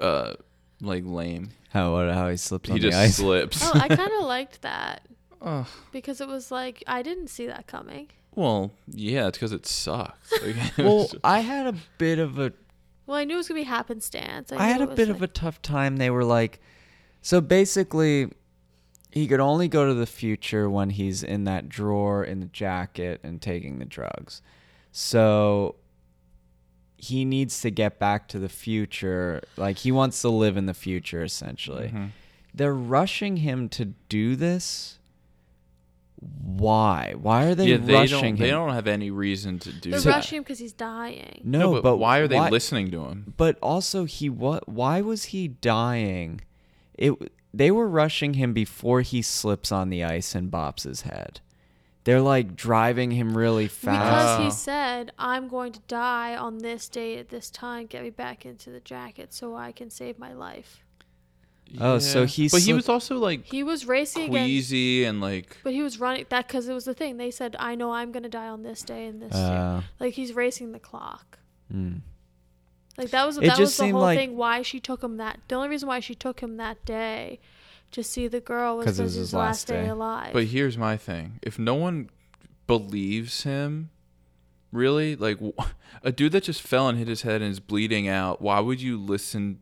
uh, like lame. how what, how he slipped on he the just ice. slips. Oh, I kind of liked that Ugh. because it was like I didn't see that coming. Well, yeah, it's because it sucked. Like, it well, was- I had a bit of a Well, I knew it was gonna be happenstance. I knew had it a was, bit like- of a tough time. They were like, so basically, he could only go to the future when he's in that drawer in the jacket and taking the drugs. So he needs to get back to the future. Like, he wants to live in the future, essentially. Mm-hmm. They're rushing him to do this. Why? Why are they yeah, they rushing don't. They him? don't have any reason to do They're that. rushing because he's dying. No, but, why are they listening to him? but also he what why was he dying it they were rushing him before he slips on the ice and bops his head they're like driving him really fast Because he Oh. said, I'm going to die on this day at this time. Get me back into the jacket so I can save my life. Oh, so Yeah. he But he slipped- was also like He was racing against. queasy and like. But he was running that because it was the thing. They said, I know I'm going to die on this day and this Uh, year. Like he's racing the clock. Mm. Like that was It that was just the seemed whole like- thing why she took him that. The only reason why she took him that day to see the girl was 'Cause because it it was was his his last last day, day. alive. But here's my thing: if no one believes him, really, like w- a dude that just fell and hit his head and is bleeding out, why would you listen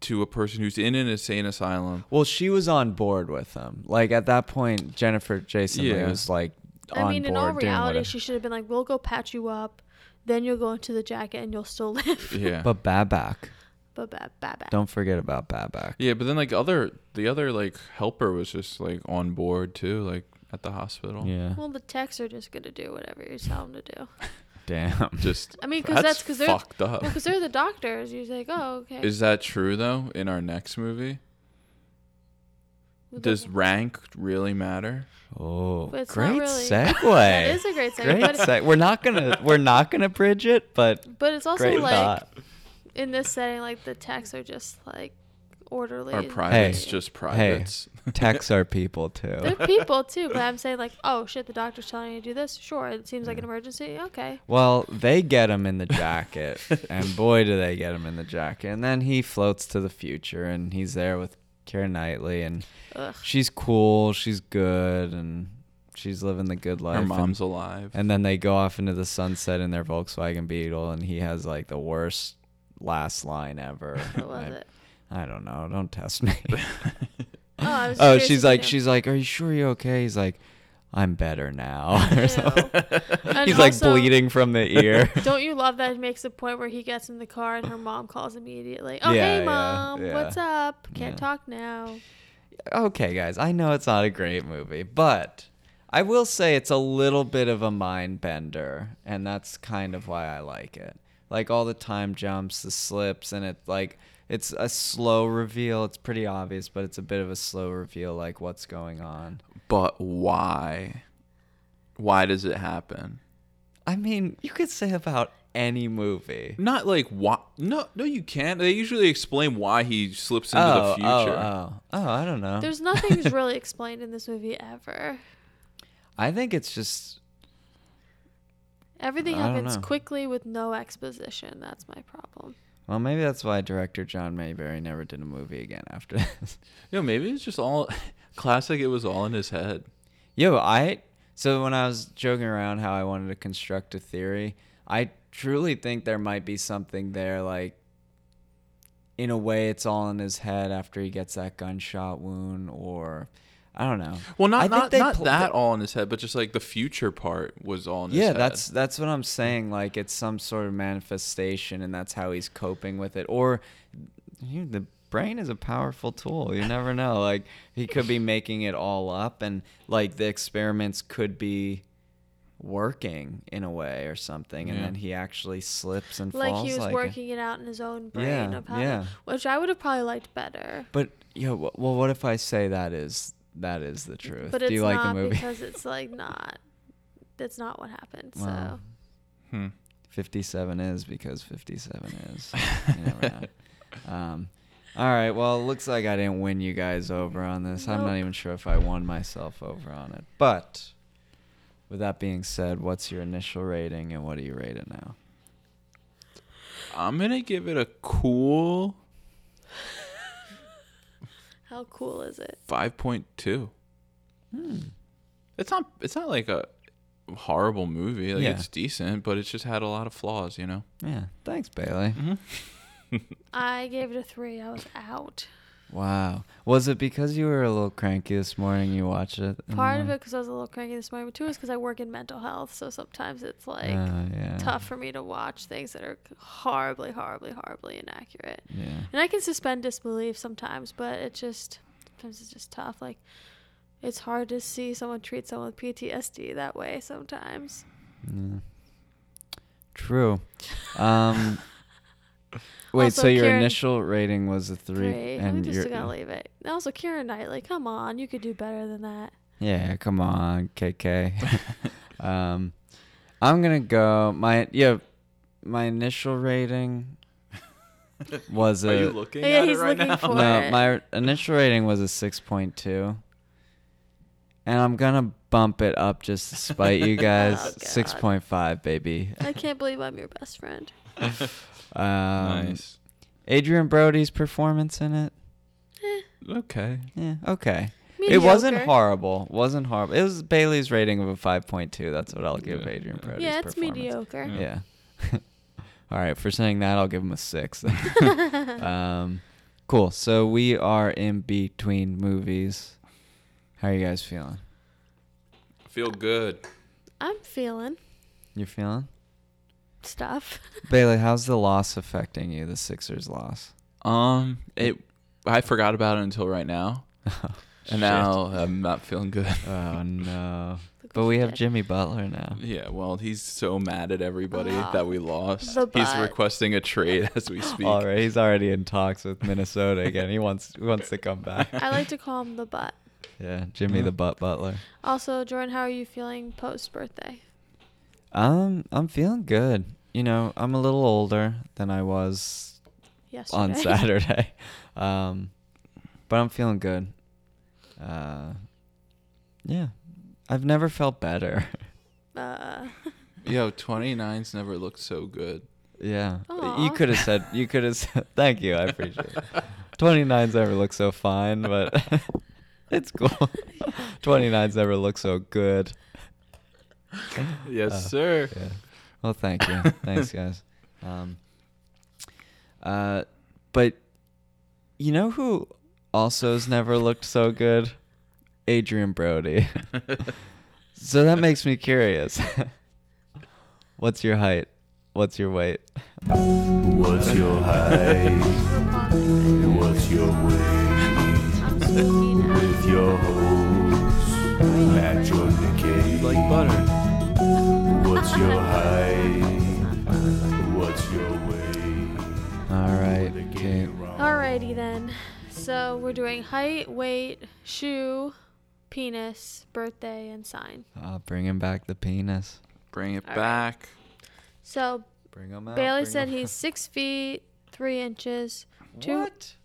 to a person who's in an insane asylum? well she was on board with him like at that point jennifer jason Leigh Yeah. was like on I mean, board in all doing reality, whatever. she should have been like, "We'll go patch you up, then you'll go into the jacket and you'll still live." Yeah. but babak but bad, bad, bad. don't forget about babak yeah, but then like other the other like helper was just like on board too, like at the hospital. yeah Well, the techs are just gonna do whatever you tell them to do. damn Just I mean, because that's because they're fucked up. because they're the doctors. You're like, oh, okay. Is that true though? In our next movie, Well, does that- rank really matter? oh But it's not great really- segue that is a great segue? great But, seg- we're not gonna we're not gonna bridge it but but it's also great like thought in this setting, like the texts are just like orderly. Our and- privates, Hey. just privates. Texts are people too. They're people too, but I'm saying like, oh shit, the doctor's telling you to do this. Sure, it seems like an emergency. Okay. Well, they get him in the jacket, and boy, do they get him in the jacket. And then he floats to the future, and he's there with Kira Knightley, and Ugh. she's cool, she's good, and she's living the good life. Her and- mom's alive. And then they go off into the sunset in their Volkswagen Beetle, and he has like the worst last line ever. What was I, it? I don't know. Don't test me. Oh, I was oh, curious if she's you like, knew. she's like, are you sure you're okay? He's like, I'm better now. Ew. or something. And He's like also, bleeding from the ear. Don't you love that he makes a point where he gets in the car and her mom calls immediately? Oh, Yeah, hey, yeah, mom, yeah. what's up? Can't Yeah. talk now. okay, guys, I know it's not a great movie, but I will say it's a little bit of a mind bender, and that's kind of why I like it. Like all the time jumps, the slips, and it like it's a slow reveal. It's pretty obvious, but it's a bit of a slow reveal, like what's going on. but why? Why does it happen? I mean, you could say about any movie. Not like why? No, no, you can't. They usually explain why he slips into the Oh, future. oh, oh, oh! I don't know. There's nothing's really explained in this movie ever. I think it's just Everything I don't happens know. quickly with no exposition. That's my problem. well, maybe that's why director John Mayberry never did a movie again after this. No, maybe it's just all classic. It was all in his head. Yo, I so when I was joking around how I wanted to construct a theory, I truly think there might be something there. Like, in a way, it's all in his head after he gets that gunshot wound, or I don't know. Well, not I think not, they not pl- that all in his head, but just like the future part was all in his yeah, head. that's that's what I'm saying. Like, it's some sort of manifestation, and that's how he's coping with it. Or you, the brain is a powerful tool. You never know. Like, he could be making it all up, and like the experiments could be working in a way or something, and Yeah. then he actually slips and Like falls. he was like a- working it out in his own brain Yeah, of how, yeah. which I would have probably liked better. but yeah, wh- well, what if I say that is that is the truth? But Do it's you like the not movie? because it's like not. That's not what happened. Wow. So Hmm. 57 is because 57 is. You never know. Um, all right. Well, it looks like I didn't win you guys over on this. I'm not Nope. even sure if I won myself over on it. But with that being said, what's your initial rating and what do you rate it now? I'm gonna give it a cool how cool is it? five point two. Hmm. It's not. It's not like a horrible movie. Like Yeah. it's decent, but it's just had a lot of flaws. You know. Yeah. Thanks, Bailey. I gave it a three. I was out. Wow. Was it because you were a little cranky this morning you watched it? in the Part of morning? it because I was a little cranky this morning, but two is because I work in mental health, so sometimes it's like Oh, yeah. tough for me to watch things that are horribly, horribly, horribly inaccurate. Yeah. And I can suspend disbelief sometimes, but it just sometimes it's just tough. Like it's hard to see someone treat someone with PTSD that way sometimes. Yeah. True. Um, wait, Also, so your Karen- initial rating was a three, Three. I'm and just your, gonna leave it. And also, Kieran Knightley, come on, you could do better than that. yeah, come on, KK. um, I'm gonna go my yeah, my initial rating was a looking Yeah, he's looking for no, it. my initial rating was a six point two, and I'm gonna bump it up just to spite you guys. Oh, God. six point five, baby. I can't believe I'm your best friend. Um, Nice. Adrian Brody's performance in it. Um, Okay. Yeah, okay. It Mediocre. wasn't horrible. Wasn't horrible. It was Bailey's rating of a 5.2. That's what I'll give Yeah. Adrian Brody's Yeah, it's performance. Mm. mediocre. Yeah. All right, for saying that, I'll give him a 6. um cool. So we are in between movies. How are you guys feeling? Feel good. I'm feeling You feeling? stuff. Bailey, how's the loss affecting you? The Sixers loss. Um. It. I forgot about it until right now, and now I'm not feeling good. Oh no. Look But what we you have did. Jimmy Butler now. Yeah, well, he's so mad at everybody Ah, that we lost. the He's butt. requesting a trade as we speak. All right, he's already in talks with Minnesota again. He wants he wants to come back. I like to call him the butt. Yeah, Jimmy the Butt Butler. Also, Jordan, how are you feeling post birthday? Um, I'm feeling good. You know, I'm a little older than I was yesterday. on Saturday. Um, but I'm feeling good. Uh, yeah, I've never felt better. Uh, Yo, 29's never looked so good. yeah, you Aw. could have said you could have said thank you. I appreciate it. 29's never look so fine, but it's cool. 29's never look so good. Yes, Uh, sir. Yeah. Well, thank you. Thanks, guys. Um, uh, but you know who also's never looked so good? Adrian Brody. so that makes me curious. What's your height? What's your weight? What's your height? What's your weight? I'm smoking now. With your hoes, Matt Jordan K. Like butter. What's your height? What's your weight? All right, Kate. Alrighty then. So we're doing height, weight, shoe, penis, birthday, and sign. I'll bring him back the penis. Bring it All right. back. So Bring him out. Bailey Oh, bring said him- he's six feet three inches. Two, What?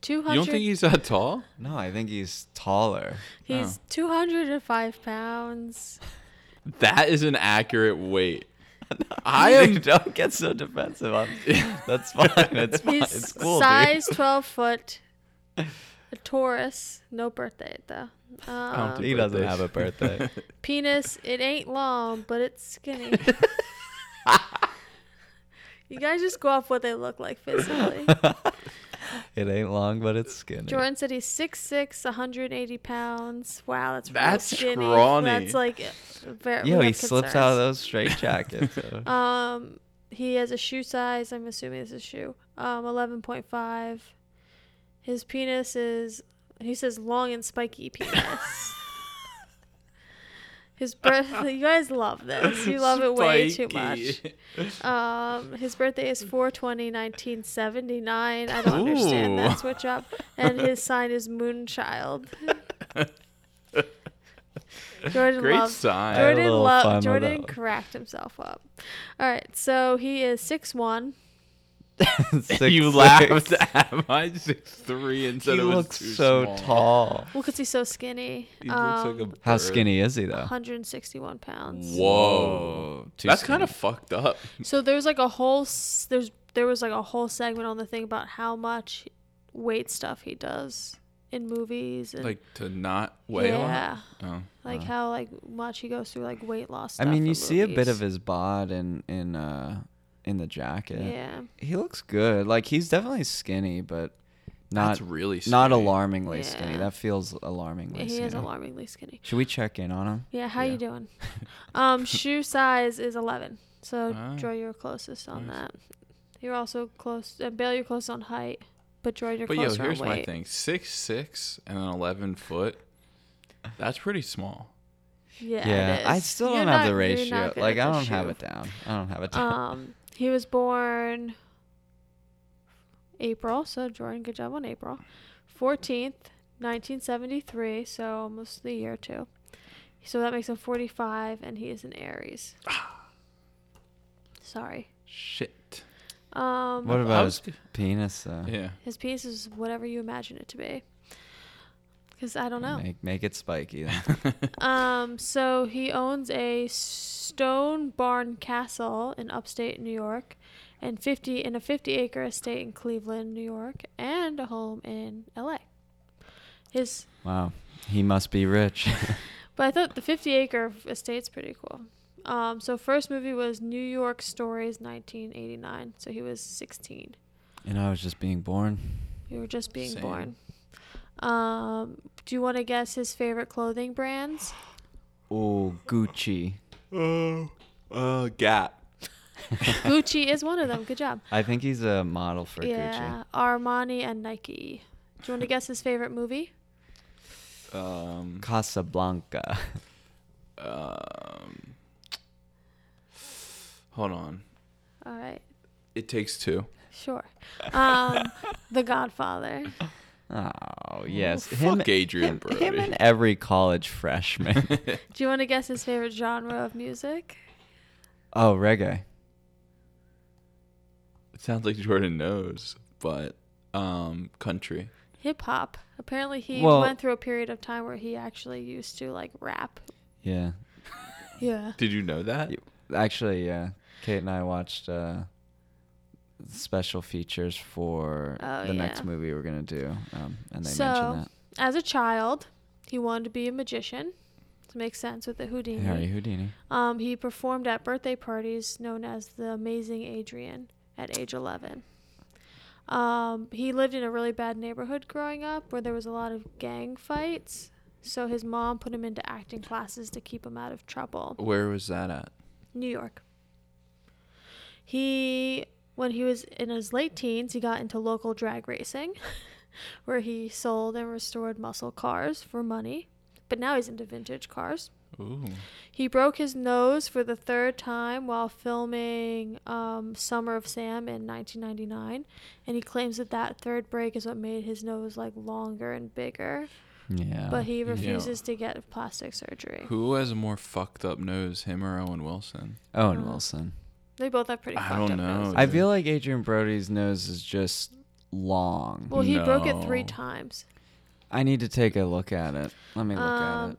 Two You don't think hundred. he's that tall? No, I think he's taller. He's oh. two hundred and five pounds. That is an accurate weight. I am. Don't get so defensive. I'm, that's fine. It's fine. He's It's cool, dude. size twelve foot. A Taurus. No birthday though. Uh, do He doesn't have a birthday. penis. It ain't long, but it's skinny. you guys just go off what they look like physically. it ain't long, but it's skinny. Jordan said he's 6'6", 180 pounds. Wow, that's real That's skinny. scrawny. That's like very. Yo, he slips out of those straight jackets. so- Um, he has a shoe size. I'm assuming it's a shoe. Um, eleven point five. His penis is. He says long and spiky penis. his birth. You guys love this. You love it way too much. Spiky. Um, his birthday is 4/20/1979. I don't understand Ooh. that switch up. And his sign is Moonchild. Jordan Great loves sign. I had a Jordan little fun lo- with that Jordan one. cracked himself up. All right, so he is six one. Six, you six. laughed at my six three and He said it was looks too so small. tall. Well, because he's so skinny. He um, looks like a How bird. skinny is he though? 161 pounds. Whoa, Too that's kind of skinny. fucked up. So there's like a whole s- there's there was like a whole segment on the thing about how much weight stuff he does in movies and Like to not weigh Oh. yeah, a lot. like how like much he goes through like weight loss. Uh. I Stuff mean, for you see a bit movies. of his bod in in uh in the jacket. yeah. He looks good. Like he's definitely skinny, but Oh, not that's really skinny. not alarmingly skinny. Yeah. That feels alarmingly He skinny. is alarmingly skinny. Should we check in on him? Yeah, how Yeah. you doing? um, shoe size is eleven, so Ah. draw your closest on Nice. that. You're also close. Uh, Bail, you're close on height, but draw your But yo, closer here's on weight. my thing: six six and an eleven foot. That's pretty small. Yeah, it I is. still You're don't not- have the you're ratio. not good Like I at the don't have shoe. it down. I don't have it down. Um, he was born April, so Jordan, good job on April. 14th, 1973, so almost the year too. So that makes him 45, and he is an Aries. Sorry. Shit. Um, what I about was his g- penis uh, though? Yeah. His penis is whatever you imagine it to be. Because I don't know. Make make it spiky. then. Um, so he owns a stone barn castle in upstate New York, and fifty in a fifty-acre estate in Cleveland, New York, and a home in L.A. His, wow, he must be rich. but I thought the fifty-acre estate's pretty cool. Um, so first movie was New York Stories, nineteen eighty-nine. So he was sixteen. and I was just being born. We were just being Same. born. Um, do you want to guess his favorite clothing brands? Oh, Gucci. Oh. Uh, Gap. Gucci is one of them. Good job. I think he's a model for Yeah, Armani and Nike. Do you want to guess his favorite movie? Um. Gucci. Casablanca. Um. Hold on. All right, It takes two. sure. Um, The Godfather. Oh yes, Fuck Adrian Brody. him and every college freshman. Do you want to guess his favorite genre of music? oh, reggae. it sounds like Jordan knows. but um, country. Hip hop. Apparently, he Well- went through a period of time where he actually used to like rap. Yeah. Yeah. Did you know that? You- Actually, yeah. Kate and I watched uh, special features for Oh, the next yeah. movie we're gonna do, um, and they So, mentioned as a child, he wanted to be a magician. To make sense with the that. Houdini. Harry Houdini. Um, he performed at birthday parties known as the Amazing Adrian at age 11. Um, he lived in a really bad neighborhood growing up where there was a lot of gang fights. So his mom put him into acting classes to keep him out of trouble. Where was that at? New York. He, when he was in his late teens, he got into local drag racing, where he sold and restored muscle cars for money. But now he's into vintage cars. Ooh. He broke his nose for the third time while filming um, Summer of Sam in 1999, and he claims that that third break is what made his nose like longer and bigger. Yeah. But he Yeah. refuses to get plastic surgery. Uh, Who has a more fucked up nose, him or Owen Wilson? Owen Uh, Wilson. They both have pretty. I fucked don't up know, noses. I feel like Adrian Brody's nose is just long. Well, he broke it three No. times. I need to take a look at it. Let me look at Um,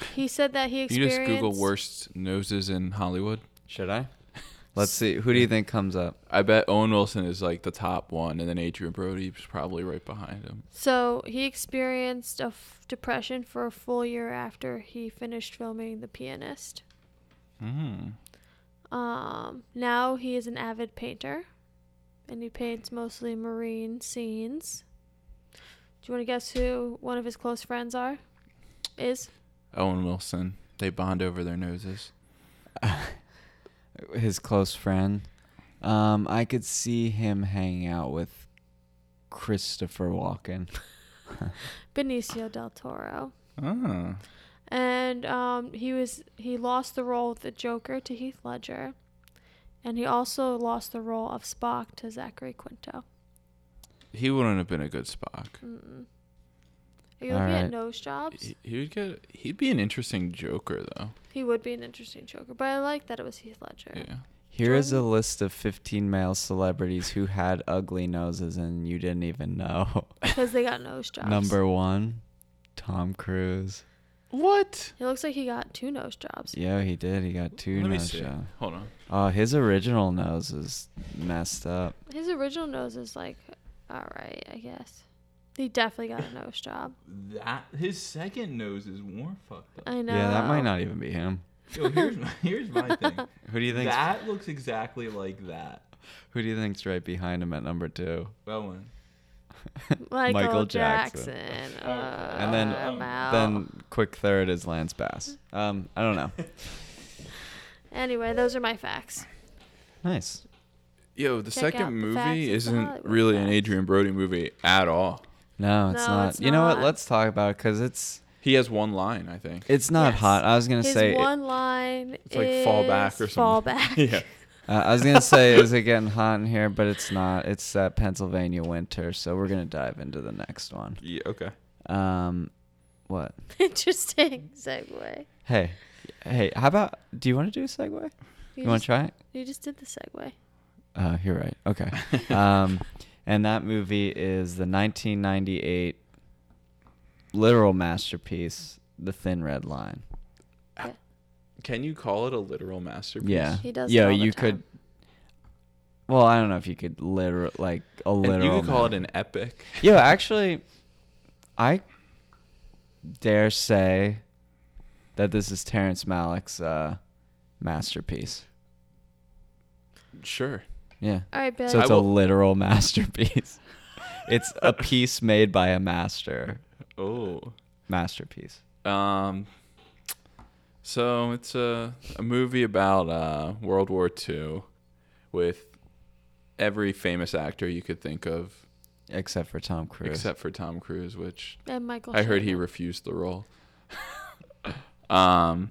it. he said that he You experienced. just Google worst noses in Hollywood. Should I? Let's see. Who do you think comes up? I bet Owen Wilson is like the top one, and then Adrian Brody's probably right behind him. So he experienced a f- depression for a full year after he finished filming The Pianist. Mm. Um, now he is an avid painter, and he paints mostly marine scenes. Do you want to guess who one of his close friends are? Is Owen Wilson. They bond over their noses. His close friend. Um, I could see him hanging out with Christopher Walken. Benicio del Toro, Oh. and um, he was he lost the role of the Joker to Heath Ledger, and he also lost the role of Spock to Zachary Quinto. He wouldn't have been a good Spock. Mm-mm. Are you All looking right. at nose jobs? He, he would get. He'd be an interesting Joker, though. He would be an interesting Joker, but I like that it was Heath Ledger. Yeah. Here is a Jordan? list of 15 male celebrities who had ugly noses and you didn't even know. Because they got nose jobs. Number one, Tom Cruise. What? It looks like he got two nose jobs. Yeah, he did. He got two Let me nose see. jobs. Hold on. Oh, his original nose is messed up. His original nose is like, all right, I guess. He definitely got a nose job. That his second nose is more fucked I know. Yeah, that might not even be him. Yo, here's my, here's my thing. Who do you think's looks exactly like that. Who do you think's right behind him at number two? Owen. Michael, Michael Jackson. Jackson. Oh, And then, I'm out. Then quick third is Lance Bass. Um, I don't know. Anyway, those are my facts. nice. Yo, the Check out the second facts, movie it's the isn't Hollywood really an facts. Adrian Brody movie at all. No, it's No, not. it's you know what? not. Let's talk about it because it's He has one line, I think. it's not Yes. hot. I was gonna His say. one line It's like fall back is or something. Fall back. yeah. uh, I was gonna say, is it getting hot in here? But it's not. It's that Pennsylvania winter. So we're gonna dive into the next one. Yeah. Okay. Um, what? Interesting segue. Hey, hey. How about? Do you want to do a segue? You, you want just, to try it? you just did the segue. Uh, you're right. Okay. um, and that movie is the 1998 literal masterpiece, The Thin Red Line. Can you call it a literal masterpiece? Yeah. He does it Yeah, all the you could. time. Well, I don't know if you could literal like a And literal. you could call ma- it an epic. Yeah, actually, I dare say that this is Terrence Malick's uh, masterpiece. Sure. Yeah. All right, Billy. So it's a will- literal masterpiece. it's a piece made by a master. Oh. Masterpiece. Um. So it's a a movie about uh, World War II, with every famous actor you could think of, Except for Tom Cruise. except for Tom Cruise, which and Michael. I heard he Shannon. refused the role. um.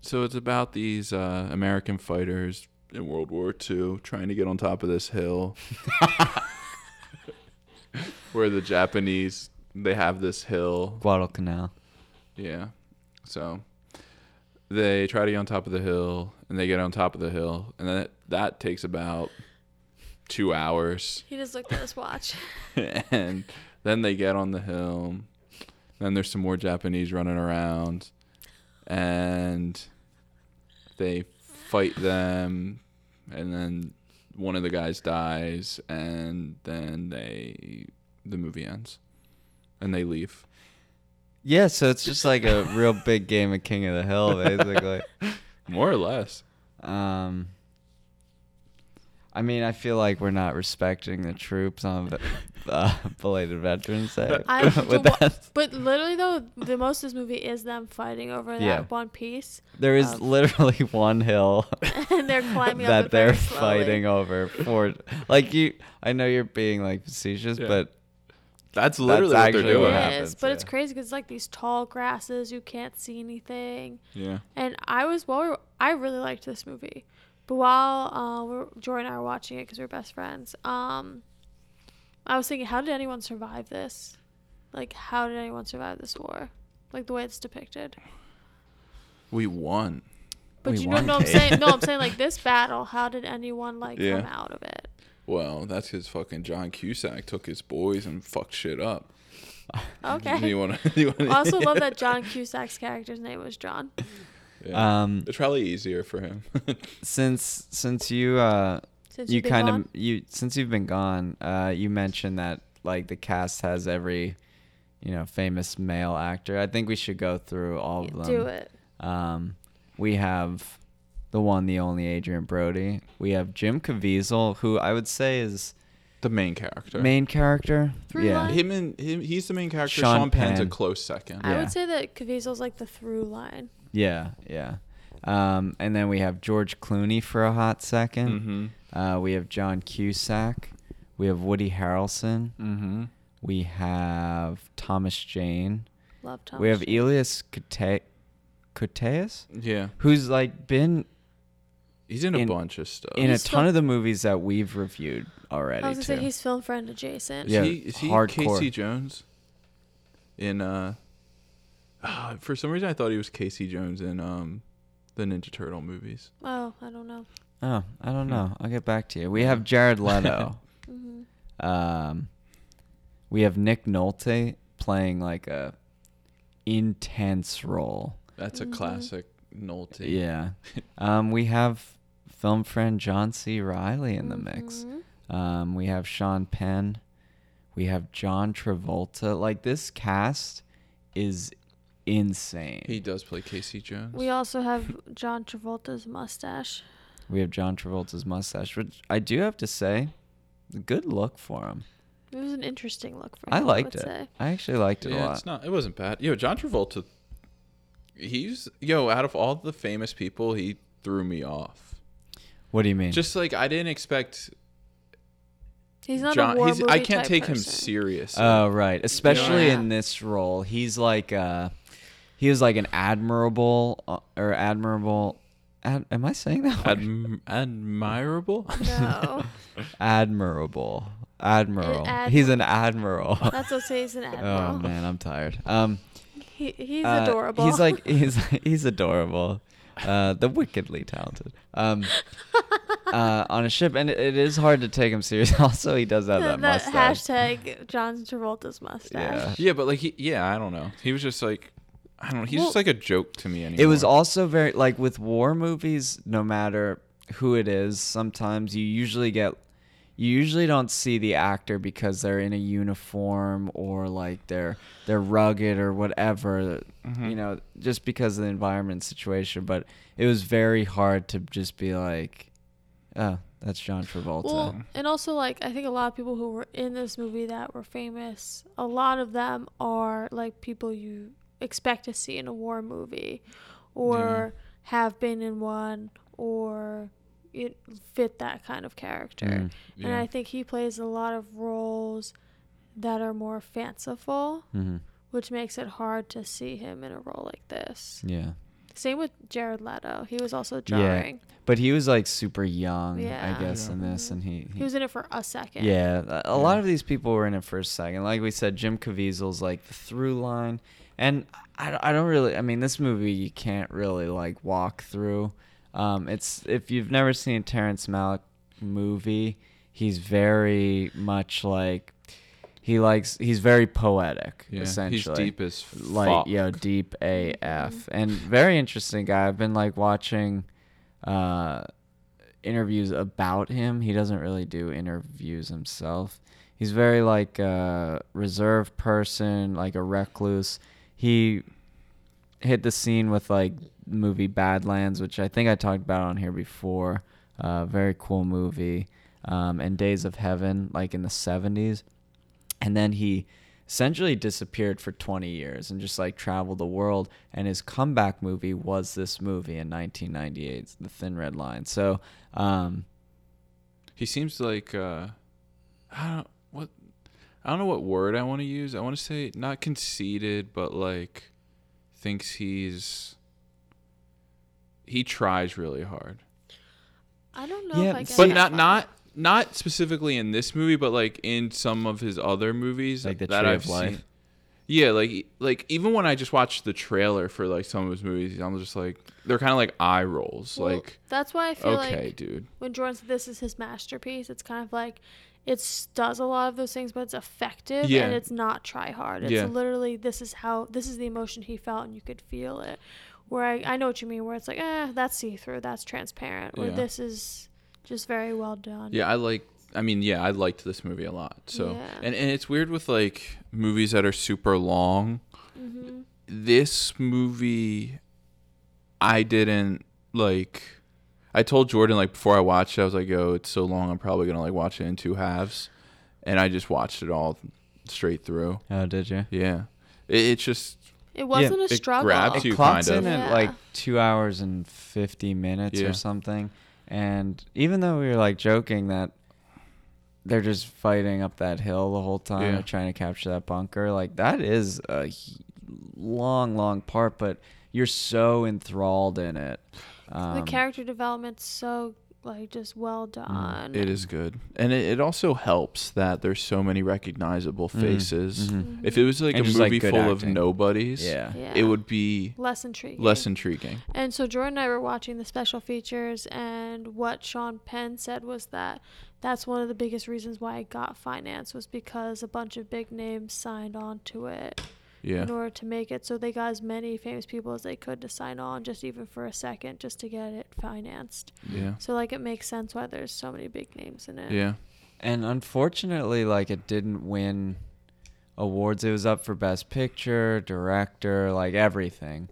So it's about these uh, American fighters in World War II trying to get on top of this hill, where the Japanese they have this hill Guadalcanal. Yeah. So they try to get on top of the hill and they get on top of the hill and that that takes about two hours. He just looked at his watch. and then they get on the hill. Then there's some more Japanese running around, and they fight them, and then one of the guys dies, and then they the movie ends, and they leave. Yeah, so it's just like a real big game of King of the Hill, basically. More or less, Um, I mean, I feel like we're not respecting the troops on ve- uh, belated Veterans Day I, with but, that. but literally though, the most of this movie is them fighting over that Yeah. one piece, There is of- literally one hill and they're climbing up that it very they're slowly. fighting over for. Like you, I know you're being like facetious, Yeah. but that's literally literally what they're actually what what they're doing. happened. It happens, is, but it's yeah. crazy because it's like these tall grasses, you can't see anything. Yeah, And I was well, I really liked this movie, but while uh, we're, Joy and I were watching it because we're best friends, um, I was thinking, how did anyone survive this? Like, how did anyone survive this war? Like the way it's depicted. we won. But We you know, won, no, I'm Kate. saying, no, I'm saying like this battle. How did anyone like Yeah. come out of it? Well, that's because fucking John Cusack took his boys and fucked shit up. Do you Okay. want to? I also love that John Cusack's character's name was John. Yeah. um, It's probably easier for him. since since you uh, Since you you've been kind of gone. you since you've been gone, uh, you mentioned that like the cast has every you know famous male actor. I think we should go through all of them. do it. Um, we have the one, the only Adrian Brody. We have Jim Caviezel, who I would say is the main character. main character. Through yeah, line? Him and him, he's the main character. Sean Sean, Penn's Penn. a close second. Yeah. I would say that Caviezel's like the through line. yeah, yeah. Um, and then we have George Clooney for a hot 2nd Mm-hmm. Uh, we have John Cusack. We have Woody Harrelson. Mm-hmm. We have Thomas Jane. Love Thomas. we have E Jane. Elias Kote- Koteas, Yeah, who's like been he's in a In- bunch of stuff. in a Oh, He's still- ton of the movies that we've reviewed already. I was gonna too. say he's film friend adjacent. is Yeah, he, is he hardcore. Casey Jones? In uh, ah, for some reason I thought he was Casey Jones in um, the Ninja Turtle movies. Oh, I don't know. Oh, I don't Hmm. know. I'll get back to you. We have Jared Leto. hmm um, we have Nick Nolte playing like a intense role. That's a Mhm. classic Nolte. Yeah. Um, we have film friend John C. Riley in the Mm-hmm. mix. Um, we have Sean Penn. We have John Travolta. Like this cast is insane. he does play Casey Jones. We also have John Travolta's mustache. we have John Travolta's mustache, which I do have to say, good look for him. It was an interesting look for him. I liked would it. Say. I actually liked it a yeah, lot. it's not. It wasn't bad. Yo, John Travolta. He's yo. Out of all the famous people, he threw me off. what do you mean? Just like I didn't expect He's not John. a war he's, movie I can't type take him person. serious. Oh right, especially Yeah. in this role, he's like uh, he was like an admirable uh, or admirable. Ad, am I saying that? word? Adm- admirable. No, admirable, admiral. An he's an admiral. that's what say he's an oh admiral. man, I'm tired. Um, He, he's uh, adorable. He's like he's he's adorable. Uh, the wickedly talented. Um, uh, on a ship, and it, it is hard to take him serious. Also, he does have that, that mustache. hashtag John Travolta's mustache. Yeah. yeah, but like he, yeah, I don't know. He was just like, I don't know. He's just Well- like a joke to me anymore. It was also very like with war movies, no matter who it is, sometimes you usually get you usually don't see the actor because they're in a uniform or like they're they're rugged or whatever, Mm-hmm. you know, just because of the environment situation, but it was very hard to just be like oh, that's John Travolta. Well, and also like I think a lot of people who were in this movie that were famous, a lot of them are like people you expect to see in a war movie, or have been in one, or it fit that kind of character. Mm. And Yeah. I think he plays a lot of roles that are more fanciful, Mhm. which makes it hard to see him in a role like this. Yeah. Same with Jared Leto; he was also jarring. But he was like super young, Yeah. I guess, Yeah. in this and he, He was in it for a second. Yeah, a- a lot Yeah. of these people were in it for a second. Like we said, Jim Caviezel's like the through line, and I, I don't really. I mean, this movie you can't really like walk through. Um, it's if you've never seen a Terrence Malick movie, he's very much like he likes he's very poetic Yeah, essentially. he's deep as like fuck. yo deep AF and very interesting guy. I've been like watching uh interviews about him. He doesn't really do interviews himself. He's very like a reserved person, like a recluse. He hit the scene with like movie Badlands, which I think I talked about on here before. Uh, very cool movie. Um, and Days of Heaven, like in the 70s. And then he essentially disappeared for 20 years and just like traveled the world. And his comeback movie was this movie in 1998, The Thin Red Line. So, um, He seems like uh, I don't what I don't know what word I want to use. I want to say not conceited, but like thinks he's he tries really hard. I don't know Yeah, if I it's- can. but get not that. not not specifically in this movie, but like in some of his other movies Like The that Tree I've of Life. seen. Yeah, like e, like even when I just watched the trailer for like some of his movies, I'm just like they're kind of like eye rolls. Well, like that's why I feel okay, like dude, when Jordan said this is his masterpiece, it's kind of like it does a lot of those things, but it's effective Yeah. and it's not try hard. It's Yeah. literally this is how this is the emotion he felt and you could feel it. Where I, I know what you mean, where it's like, eh, that's see through, that's transparent. Where Yeah. this is just very well done. yeah, I like. I mean, yeah, I liked this movie a lot. So Yeah. and and it's weird with like movies that are super long. Mm-hmm. this movie I didn't like I told Jordan like before I watched it, I was like, yo, it's so long I'm probably gonna like watch it in two halves. And I just watched it all straight through. oh, did you? Yeah. It, it's just It wasn't it a struggle. grabs It you, clocks kind in of. at Yeah. like two hours and 50 minutes Yeah. or something. And even though we were like joking that they're just fighting up that hill the whole time Yeah. and trying to capture that bunker, like that is a h- long, long part, but you're so enthralled in it. the Um, character development's so like just well done. mm, it is good. And it, it also helps that there's so many recognizable faces. Mm-hmm. Mm. If it was like Mm. Mm-hmm. And a just, like, movie good full of acting. nobodies, yeah. Yeah. it would be Mm-hmm. less intriguing. less intriguing. And so Jordan and I were watching the special features, and what Sean Penn said was that that's one of the biggest reasons why it got financed was because a bunch of big names signed on to it Yeah. in order to make it. So they got as many famous people as they could to sign on, just even for a second, just to get it financed. Yeah. So like it makes sense why there's so many big names in it. Yeah. And unfortunately, like it didn't win awards. It was up for best picture, director, like everything.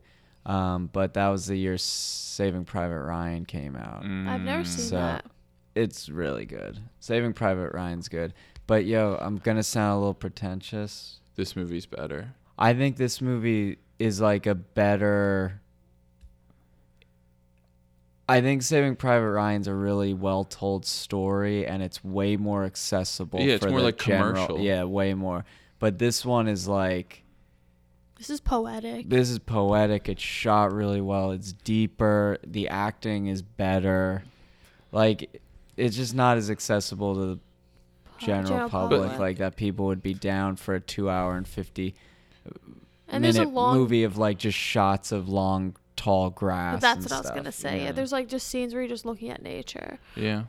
Um, but that was the year Saving Private Ryan came out. I've never seen Mm, So- that. It's really good. Saving Private Ryan's good. But yo, I'm gonna sound a little pretentious. This movie's better. I think this movie is like a better. I think Saving Private Ryan's a really well told story, and it's way more accessible. Yeah, it's for more the like general- commercial. Yeah, way more. But this one is like This is poetic. this is poetic. It's shot really well. It's deeper. The acting is better. Like it's just not as accessible to the general, General public, public. like that. People would be down for a two hour and fifty And there's minute a long movie of like just shots of long, tall grass. But that's and what I was stuff, gonna say. you Yeah. know? There's like just scenes where you're just looking at nature. Yeah.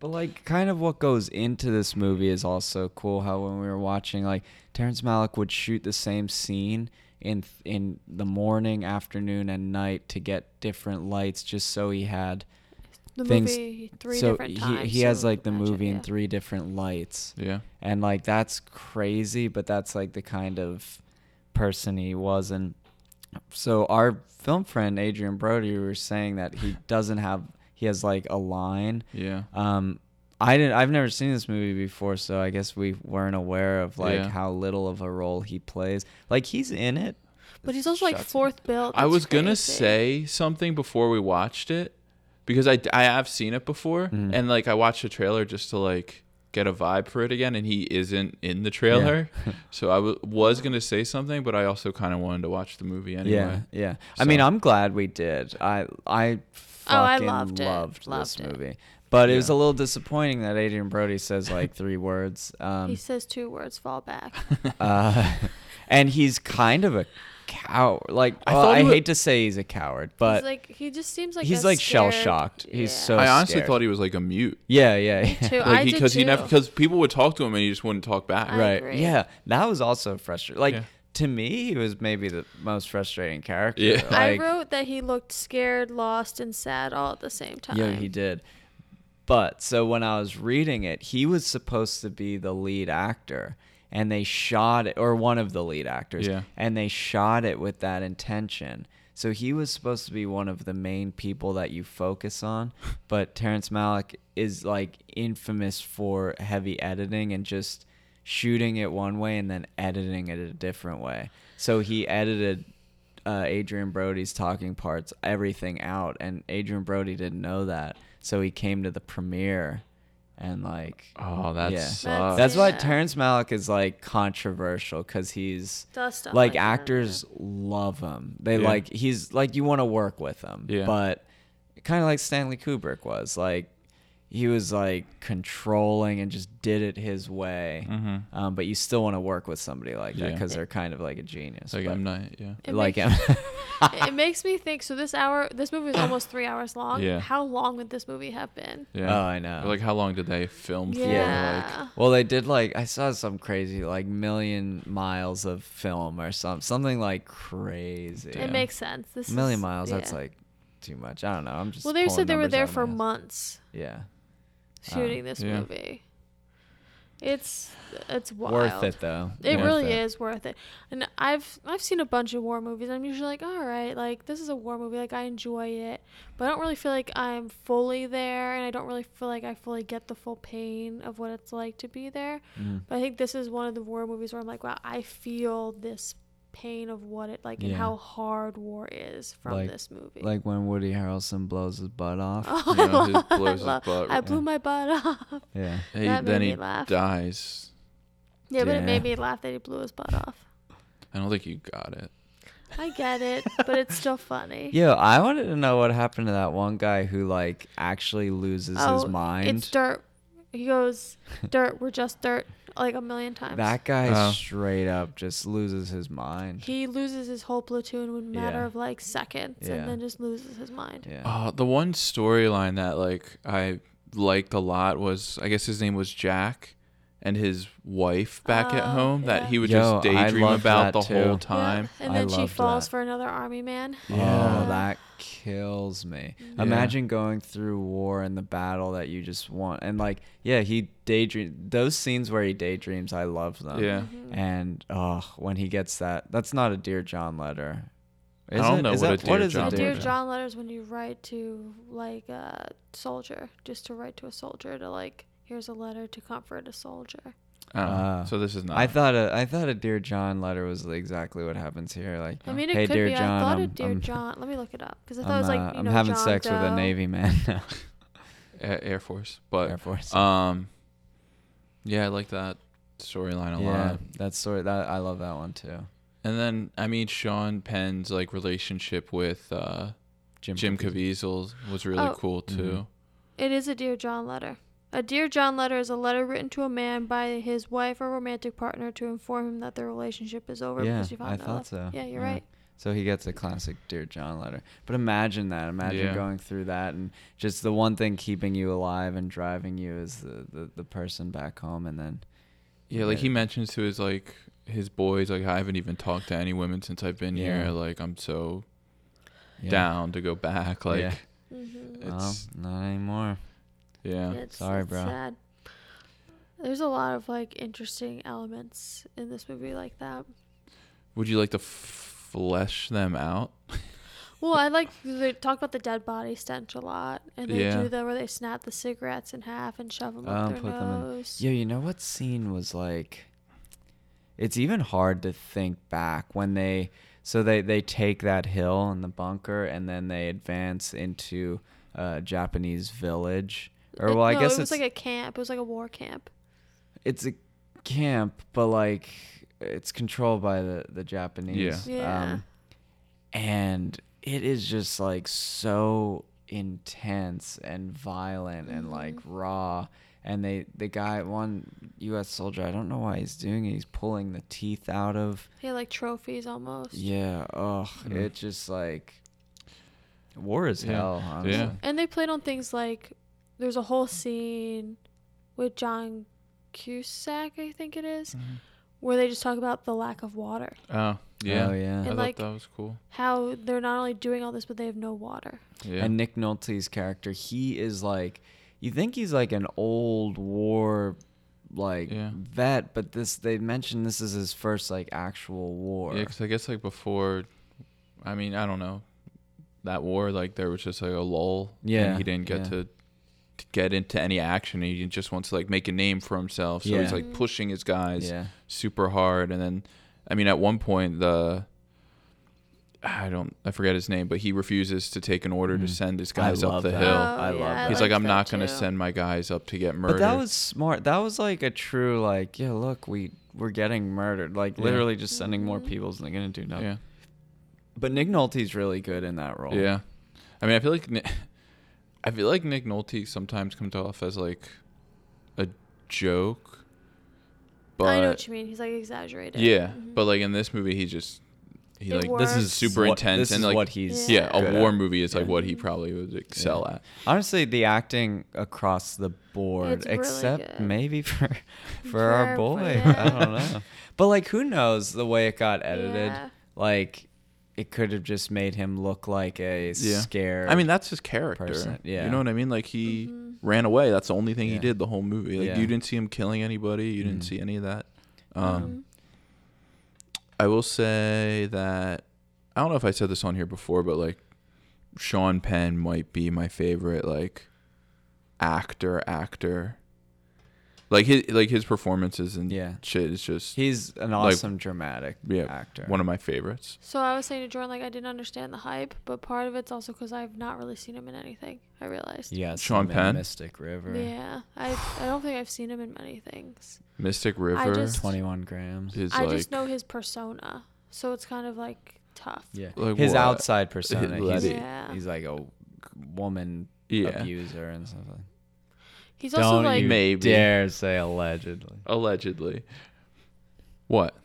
But like, kind of what goes into this movie is also cool. How when we were watching, like Terrence Malick would shoot the same scene in in the morning, afternoon, and night to get different lights, just so he had The Things- movie three so different times. He, he has so like the imagine, movie in yeah. three different lights, Yeah. and like that's crazy. But that's like the kind of person he was, and so our film friend Adrian Brody, we were saying that he doesn't have he has like a line Yeah. um, I didn't. I've never seen this movie before, so I guess we weren't aware of like Yeah. how little of a role he plays. Like he's in it. But he's also like Shots in- fourth built. I It's was gonna crazy. say something before we watched it because I, I have seen it before Mm-hmm. and like I watched the trailer just to like get a vibe for it again and he isn't in the trailer so I w- was gonna say something but I also kind of wanted to watch the movie anyway Yeah, yeah. I mean, So- I'm glad we did. I I Oh, I fucking loved loved, it. this Loved it. movie, but it was Yeah. a little disappointing that Adrian Brody says like three words. Um, He says two words, fall back. uh, and he's kind of a coward. Like, I well, thought I, he wa- hate to say he's a coward, but he's like he just seems like he's, a like, scared- shell-shocked. He's so- I honestly scared. thought he was like a mute. yeah, yeah, yeah. too. I Like did because he, too. never because people would talk to him and he just wouldn't talk back. I right. agree. Yeah, that was also frustrating. Like Yeah. to me, he was maybe the most frustrating character. Yeah. I Like, wrote that he looked scared, lost, and sad all at the same time. Yeah, he did. But so when I was reading it, he was supposed to be the lead actor, and they shot it, or one of the lead actors, Yeah. and they shot it with that intention. So he was supposed to be one of the main people that you focus on, but Terrence Malick is like infamous for heavy editing and just shooting it one way and then editing it a different way. So he edited uh, Adrian Brody's talking parts, everything out, and Adrian Brody didn't know that, so he came to the premiere, and like Oh, that Yeah. sucks. that's why Yeah. Terrence Malick is like controversial because he's Does stuff like like that, actors love him. They Yeah. like he's like you want to work with him, Yeah. but kind of like Stanley Kubrick was like. He was like controlling and just did it his way, um, but you still want to work with somebody like that Mm-hmm. Yeah. because they're kind of like a genius. like but- I'm not. Yeah. It like makes- him. it it makes me think. So this hour, this movie is almost three hours long. Yeah. How long would this movie have been? Yeah. Oh, I know. Like how long did they film for? Like, Yeah. Well, they did like I saw some crazy like million miles of film or something, something like crazy. It makes sense. This a million is- miles. That's yeah. like too much. I don't know. I'm just. Well, they pulling said they were numbers out there of for my ass. months Yeah, shooting this yeah. movie. It's it's wild. worth it though. It Worth really is worth it. And I've I've seen a bunch of war movies. I'm usually like, all right, like this is a war movie. Like I enjoy it, but I don't really feel like I'm fully there, and I don't really feel like I fully get the full pain of what it's like to be there. But I think this is one of the war movies where I'm like, wow, I feel this pain of what it like and Yeah. how hard war is from Like- this movie. Like when Woody Harrelson blows his butt off. oh, You I, know, lo- he I blows his lo- butt. I blew my butt off. Yeah. Hey, That made then me he laugh. dies. Yeah, but it Yeah. made me laugh that he blew his butt off. I don't think you got it. I get it, but it's still funny. Yo, I wanted to know what happened to that one guy who like actually loses his Oh, It's mind. dirt. He goes, dirt. We're just dirt, like a million times. That guy Oh. straight up just loses his mind. he loses his whole platoon in a matter Yeah. of like seconds, Yeah. and then just loses his mind. yeah. Uh, the one storyline that like I liked a lot was I guess his name was Jack and his wife back at Oh, home yeah. that he would Yo, just I daydream loved about that the whole too. Yeah, time. And I then she loved falls that. for another army man. Oh, Yeah. that kills me. Imagine going through war and the battle that you just want. And like, yeah, he daydream those scenes where he daydreams, I love them. Yeah. Mm-hmm. Mm. And oh, when he gets that that's not a Dear John letter. Is don't it? know Is what a that- what Dear is John The Not Dear John. John letters when you write to like a soldier, just to write to a soldier to like, here's a letter to comfort a soldier. Oh, Uh, so this is not. I thought a I thought a Dear John letter was exactly what happens here. Like, I mean, it Oh. hey, could Dear be. John, I thought I'm, it Dear I'm, John. Let me look it up because I I'm, thought it was like, uh, you I'm know, having John sex with a Doe. Navy man now. A- Air Force, but Air Force. um, yeah, I like that storyline a yeah, lot. that's sort of that. I love that one too. And then I mean Sean Penn's like relationship with uh, Jim Caviezel was really Oh. cool too. It is a Dear John letter. A Dear John letter is a letter written to a man by his wife or romantic partner to inform him that their relationship is over Yeah, because you found I out thought love. so. Yeah, you're Yeah. right. So he gets a classic Dear John letter. But imagine that. Imagine Yeah. going through that and just the one thing keeping you alive and driving you is the, the, the person back home and then Yeah, like Yeah. he mentions to his like his boys, like I haven't even talked to any women since I've been Yeah. here. Like I'm so yeah. down to go back. Like Yeah. Mm-hmm. Well, it's not anymore. yeah. sorry, bro. Sad. There's a lot of like interesting elements in this movie like that. Would you like to f- flesh them out? Well, I like they talk about the dead body stench a lot, and they Yeah. do that where they snap the cigarettes in half and shove them Um, up their put them in- nose. Yeah, you know what scene was like? It's even hard to think back when they so they they take that hill in the bunker and then they advance into a Japanese village. Or It- well, I Uh, no, guess it was it's like a camp. It was like a war camp. it's a camp, but like it's controlled by the the Japanese. Um, Yeah. Yeah. and it is just like so intense and violent and like raw and they the guy one U.S. soldier. I don't know why he's doing it. He's pulling the teeth out of. He had like trophies almost. Yeah. Ugh. Mm. It just like war is Yeah. hell. Honestly. Yeah. And they played on things like there's a whole scene with John Cusack, I think it is, Mm-hmm. where they just talk about the lack of water. Oh yeah. Oh yeah. I And, thought like- that was cool. How they're not only doing all this, but they have no water. Yeah. and Nick Nolte's character, he is like, you think he's like an old war, like Yeah. vet, but this they mentioned this is his first like actual war. Yeah, 'cause I guess like before, I mean, I don't know, that war like there was just like a lull. Yeah, and he didn't get yeah. to, to get into any action. He just wants to like make a name for himself. So he's Yeah. like pushing his guys Yeah. super hard, and then, I mean, at one point the. I don't. I forget his name, but he refuses to take an order to Mm. send his I guys up love the that. hill. Oh, I love that. He's like, liked I'm that not going to too. send my guys up to get murdered. But that was smart. That was like a true like, yeah, look, we we're getting murdered. Like Yeah. literally just sending more Mhm. people is not gonna do nothing. yeah, But Nick Nolte's really good in that role. yeah. I mean, I feel like Ni- I feel like Nick Nolte sometimes comes off as like a joke, but I know what you mean. He's like exaggerated. yeah, Mhm. but like in this movie, he just he It like works. this is super What- this intense and is like what he's yeah, good a at. war movie is like Yeah. what he probably would excel Yeah. at. Honestly, the acting across the board, It's really except good. maybe for for For- our for boy. them. I don't know. But like, who knows the way it got edited? Yeah. Like, it could have just made him look like a Yeah. scared. I mean, that's his character. person, yeah. you know what I mean. Like he Mhm. ran away. That's the only thing he Yeah. did the whole movie. Like Yeah. you didn't see him killing anybody. You didn't Mm. see any of that. Mm-hmm. Um, um, I will say that I don't know if I said this on here before, but like Sean Penn might be my favorite like actor actor. Like his like his performances and Yeah. shit is just he's an like- awesome dramatic yeah actor. one of my favorites. So I was saying to Jordan, like I didn't understand the hype, but part of it's also because I've not really seen him in anything. I realized. yes, Sean him in Penn? Mystic River, Yeah, I I don't think I've seen him in many things. Mystic River just- Twenty One Grams. is I like just know his persona, so it's kind of like tough. Yeah, Like his what? outside persona. He's, Letty. Yeah. he's like a woman yeah abuser and something. He's also Don't like you Maybe. dare say allegedly. allegedly. What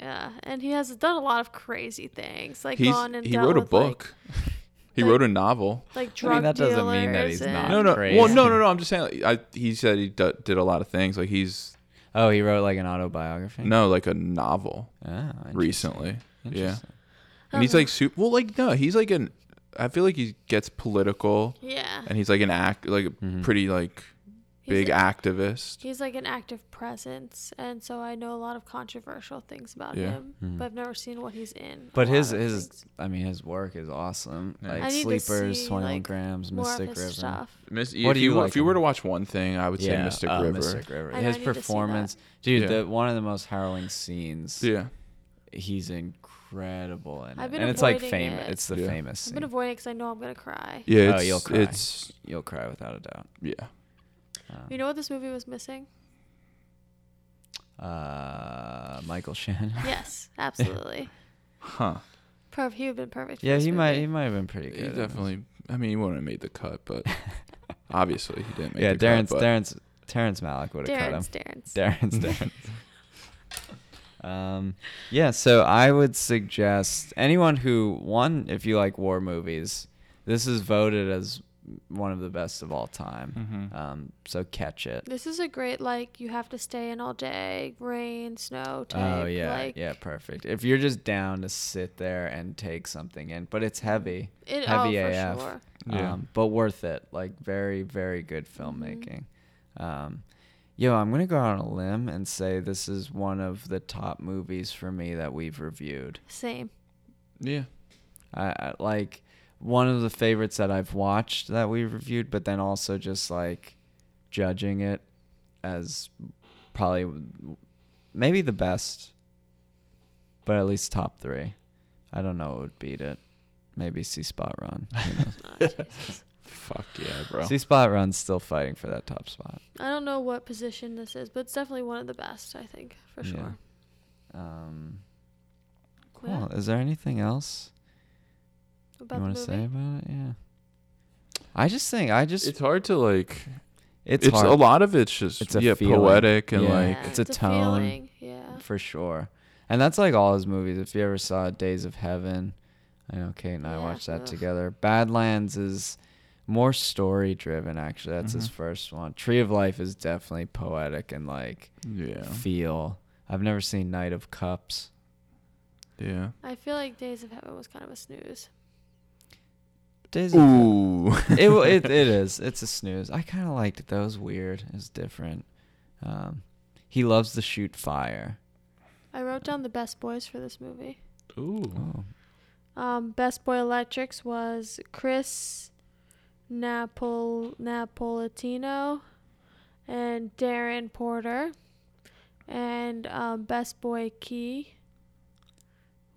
yeah, and he has done a lot of crazy things, like he's gone and he dealt wrote a with, book. he like- wrote a novel. like, like drug that doesn't mean that dealers he's and- not. No, no. Crazy. Well, no, no, no. I'm just saying. Like, I he said he d- did a lot of things. Like he's Oh, he wrote like an autobiography. no like a novel. Ah, interesting. recently. Yeah. Interesting. And he's like super well like no, he's like an I feel like he gets political yeah, and he's like an act like a Mhm. pretty like He's big a- activist. He's like an active presence, and so I know a lot of controversial things about Yeah. Mm-hmm. him, but I've never seen what he's in. a But lot his of his things. I mean his work is awesome. Yeah. Like I need to Sleepers, see, Twenty One like, Grams, more Mystic of his River. stuff. Miss, What if do you, you were- like if you were him? to watch one thing, I would say Mystic uh, River. Mystic River. I know, I His need to see performance, dude. Yeah. The one of the most harrowing scenes. Yeah. He's incredible in I've it. been and it's like avoiding famous. it. It's the Yeah. famous I've scene. been avoiding because I know I'm gonna cry. Yeah, Oh, it's, you'll cry. it's You'll cry without a doubt. yeah. You know what this movie was missing? Uh, Michael Shannon. Yes, absolutely. Huh. Perf- he would have been perfect. For Yeah, this he might he movie. might have been pretty good. He in this. definitely I mean he wouldn't have made the cut, but obviously he didn't make Yeah, the cut. Darren's but- Darren's Terrence Malick would have cut him. Darren's Darren's. Darren's Darren's. um, yeah, so I would suggest anyone who one, if you like war movies, this is voted as one of the best of all time. Mhm. Um, so catch it. This is a great like you have to stay in all day, rain, snow, type. Oh yeah, like, yeah, perfect. If you're just down to sit there and take something in, but it's heavy, It, heavy oh, for AF, sure. Yeah. um, but worth it. Like very, very good filmmaking. Um, yo, I'm gonna go out on a limb and say this is one of the top movies for me that we've reviewed. Same. Yeah. I, I like one of the favorites that I've watched that we reviewed, but then also just like judging it as probably w- maybe the best, but at least top three. I don't know what would beat it. Maybe C Spot Run. Oh, Jesus. Fuck yeah, bro. C Spot Run's still fighting for that top spot. I don't know what position this is, but it's definitely one of the best. I think for Yeah. sure. Um, cool. Yeah. Is there anything else About you the want movie. to say about it? Yeah. I just think I just it's hard to like It's, It's, hard a lot of it's just It's a yeah, feeling. poetic and Yeah. like it's a tone. feeling, Yeah. for sure, and that's like all his movies. If you ever saw Days of Heaven, I know Kate and I Yeah, watched that ugh. together. Badlands is more story driven. Actually, that's his Mhm. first one. Tree of Life is definitely poetic and like yeah, feel. I've never seen Knight of Cups. yeah. I feel like Days of Heaven was kind of a snooze. Days of Ooh, it, wa- it it is. It's a snooze. I kind of liked it. That was weird. It was different. Um, he loves to shoot fire. I wrote down the best boys for this movie. ooh. Oh, Um, best boy electrics was Chris Napol Napolitano and Darren Porter, and um, best boy key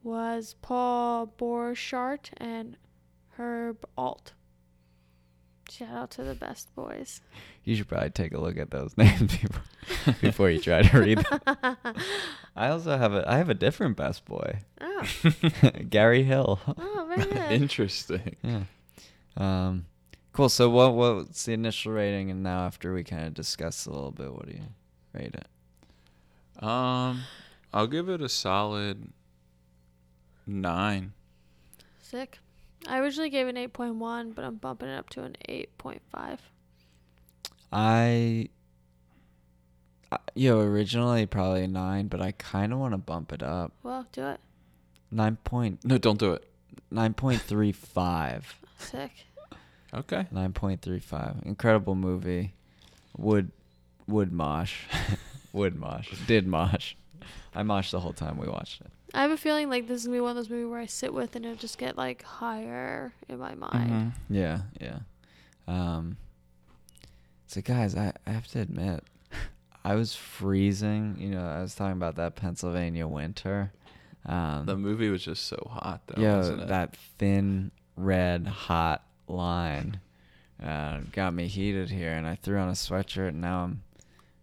was Paul Borchardt and Herb Alt. Shout out to the best boys. you should probably take a look at those names before, before you try to read. Them. I also have a I have a different best boy, Oh, Gary Hill. oh very good. Interesting. Yeah. Um, cool. So what what's the initial rating? And now after we kind of discuss a little bit, what do you rate it? Um, I'll give it a solid nine. Sick. I originally gave an 8.1, but I'm bumping it up to an 8.5. I, I yo originally probably a nine, but I kind of want to bump it up. Well, do it. Nine point No, don't do it. nine point three five. Sick. Okay. Nine point three five. Incredible movie. Wood wood mosh. wood mosh. Did mosh. I moshed the whole time we watched it. I have a feeling like this is gonna be one of those movies where I sit with and it'll just get like higher in my mind. Mm-hmm. Yeah, yeah. Um so guys, I, I have to admit, I was freezing, you know, I was talking about that Pennsylvania winter. Um The movie was just so hot, though. Yo, wasn't it? that thin, red, hot line uh, got me heated here, and I threw on a sweatshirt, and now I'm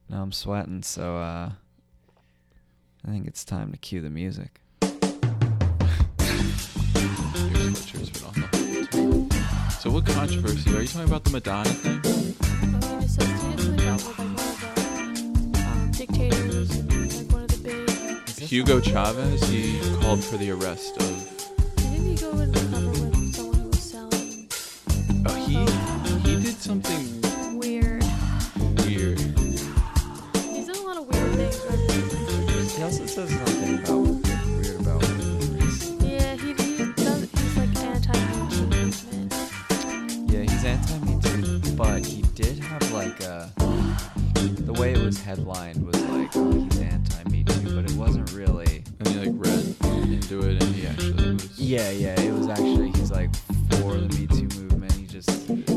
now I'm sweating. So uh, I think it's time to cue the music. Here's what yours would also be. So, what controversy are you talking about? The Madonna thing? I mean, it says seriously dealt with like one of the um, dictators, and, like one of the big. Hugo Chavez. He called for the arrest of. Didn't he go in the cover with someone who was selling Oh, he he did something weird? weird. He's done a lot of weird things. He Right? also says something about weird about race. Yeah, he, he does. He's like anti-Nazi movement. Yeah, he's anti-me too, but he did have like a the way it was headlined was like oh, he's anti-me too, but it wasn't really. And he like read into it, and he actually was. Yeah, yeah, it was actually he's like for the Me Too movement. He just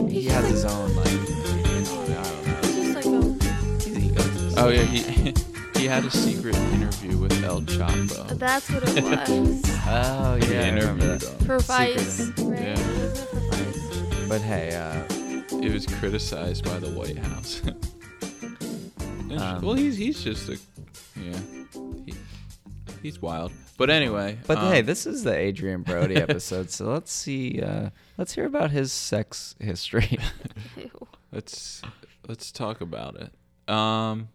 he has his own like opinion on it. I don't know. He's just like a. He's egotist. Oh yeah, he he had a secret interview with El Chapo. That's what it was. Oh He yeah, I remember interviewed that. him. For Vice, right? Yeah. Wasn't it for Vice? But hey, uh, It was criticized by the White House. Interesting. Um, well, he's he's just a yeah, he, he's wild. But anyway, but um, hey, this is the Adrian Brody episode, so let's see, uh, let's hear about his sex history. Ew. let's let's talk about it. Um,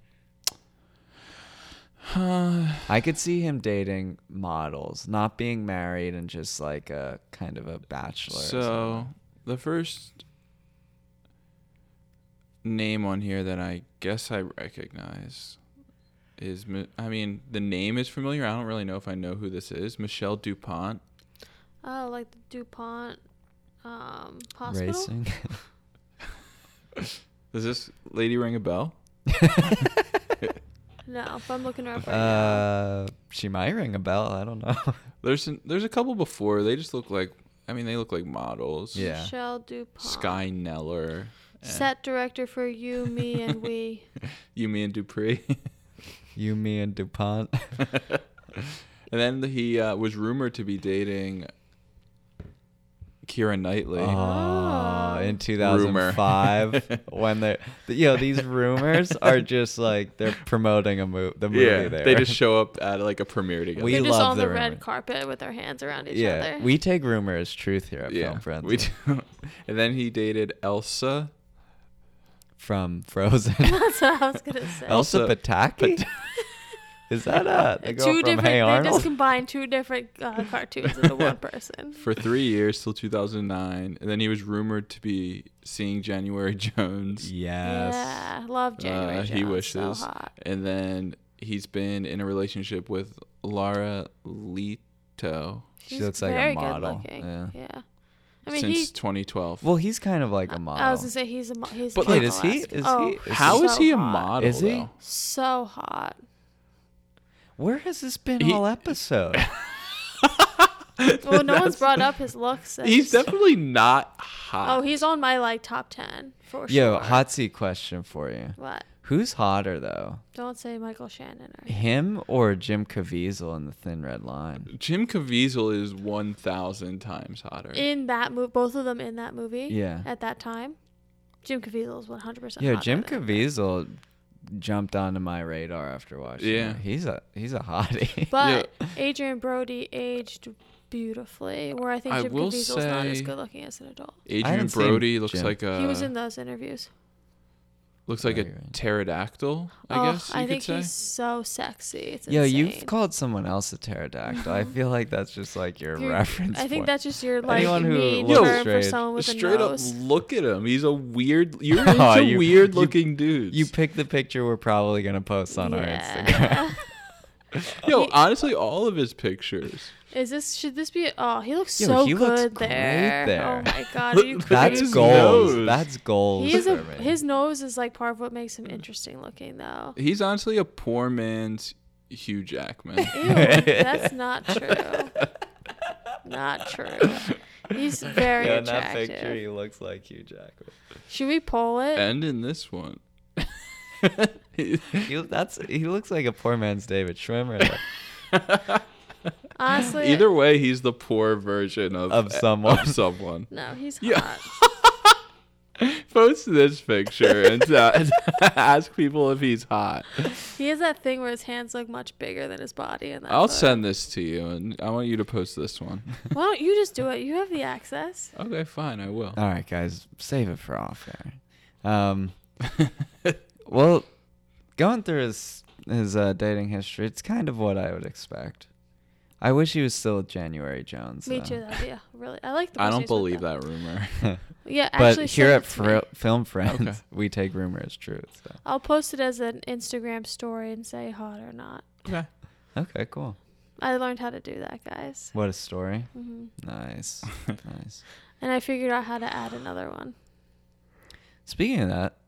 uh, I could see him dating models, not being married, and just like a kind of a bachelor. or so something. the first name on here that I guess I recognize is Mi- I mean the name is familiar. I don't really know if I know who this is. Michelle Dupont. Oh, like the DuPont um, hospital? racing. Does this lady ring a bell? No, if I'm looking her up right uh, she might ring a bell. I don't know. There's an, there's a couple before. They just look like I mean they look like models. now. yeah. Michelle DuPont. Sky Neller. and Set director for You, Me, and We. You me and Dupree. You, me, and Dupont. and then he uh, was rumored to be dating Kira Knightley. Oh, in Rumor. 2005 when they th- yo these rumors are just like they're promoting a movie the movie yeah, there. they just show up at like a premiere together. We They're just love on the the, red rumor. carpet with their hands around each yeah, other. we take rumor as truth here at yeah, Film Friends. we do. And then he dated Elsa from Frozen. That's what I was gonna say. Elsa Elsa Pataki. Pat- Is that uh, the girl two from different. Hey they Arnold? just combined two different uh, cartoons into one person. for three years till 2009, and then he was rumored to be seeing January Jones. yes. Yeah, love January. Uh, Jones, he So wishes, hot. and then he's been in a relationship with Lara Leto She She's looks like a very model, Good looking. yeah. Yeah. I mean, since he. 2012. Well, he's kind of like a model. I was gonna say he's a mo- he's. But, a like, wait, is model he- aspect. is oh, he- is How is so he a hot. model? Is he? though? So hot. Where has this been He- all episode? Well, no one's brought up his looks. and- He's definitely not hot. Oh, he's on my like top ten for sure. Yo, hot seat question for you. What? Who's hotter though, Don't say Michael Shannon. Or him or Jim Caviezel in the Thin Red Line? Jim Caviezel is 1,000 times hotter. in that movie, both of them in that movie. Yeah. At that time, Jim Caviezel is one hundred percent. Yo, Jim Caviezel jumped onto my radar after watching. Yeah. it. he's a he's a hottie. But Adrian Brody aged beautifully, where I think I Jim will Caviezel's not as say- good looking as an adult. Adrian haven't seen Brody looks Jim. like a he was in those interviews. looks like a Oh, you're right. pterodactyl. I oh, guess you I could think say. he's so sexy. It's Yo, you've insane. called someone else a pterodactyl. I feel like that's just like your You're- reference. I think point. that's just your like Anyone who mean looks term for straight- someone with Straight a nose. up, look at him. He's a weird. You're Aw, into you- weird you- looking dudes. you picked the picture we're probably gonna post on our Instagram. Yeah. Yo, honestly, all of his pictures. Is this should this be? Oh, he looks Yo, so he good looks great there. there. Oh my god, are you Look at That's crazy? his goals. nose. That's goals. He is a, for me. his nose is like part of what makes him interesting looking though. He's honestly a poor man's Hugh Jackman. Ew, that's not true. Not true. He's very Yo, in that attractive. picture, he looks like Hugh Jackman. Should we poll Eh, it? and in this one, He, that's he looks like a poor man's David Schwimmer Honestly, either way, he's the poor version of eh, Of someone. Of someone. no, he's hot. Yeah. Post this picture and uh, ask people if he's hot. He has that thing where his hands look much bigger than his body. And I'll send this to you, and I want you to post this one. Why don't you just do it? You have the access. Okay, fine, I will. All right, guys, save it for off air. Um, well, going through his his uh, dating history, it's kind of what I would expect. I wish he was still with January Jones. Me though. too. That'd be a really. I like the. I person don't who's with believe them. that rumor. Yeah, But actually, here send at it to me. Fri- Film Friends, Okay. we take rumor as truth. So. I'll post it as an Instagram story and say hot or not. okay. Okay, cool. I learned how to do that, guys. What a story. hmm Nice, nice. And I figured out how to add another one. Speaking of that,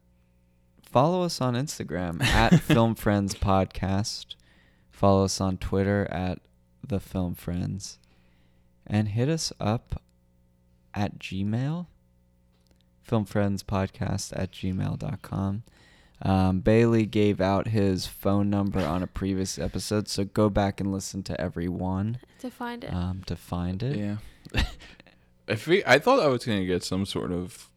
follow us on Instagram at Film Friends Podcast. Follow us on Twitter at The Film Friends. And hit us up at Gmail, filmfriendspodcast at gmail.com. Um, Bailey gave out his phone number on a previous episode, so go back and listen to every one to find it. um, to find it. Yeah. if we, I thought I was gonna get some sort of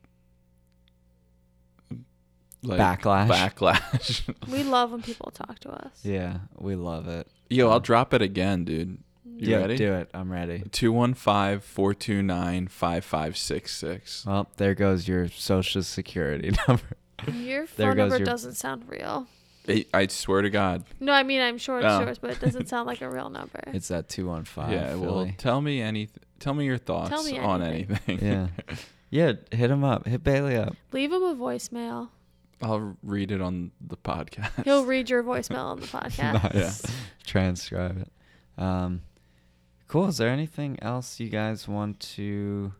like Backlash. Backlash. we love when people talk to us. Yeah, we love it. Yo, I'll drop it again, dude. You yeah, ready? do it. I'm ready. 215-429-5566. Well, there goes your social security number. Your There phone goes number your- doesn't sound real. I, I swear to God. No, I mean I'm sure it's Oh. yours, but it doesn't sound like a real number. It's that 215. yeah. Well, Philly. tell me any. Tell me your thoughts me on anything. anything. yeah. Yeah, hit him up. Hit Bailey up. Leave him a voicemail. I'll read it on the podcast. He'll read your voicemail on the podcast. Nice. Transcribe it. Um, cool. Is there anything else you guys want to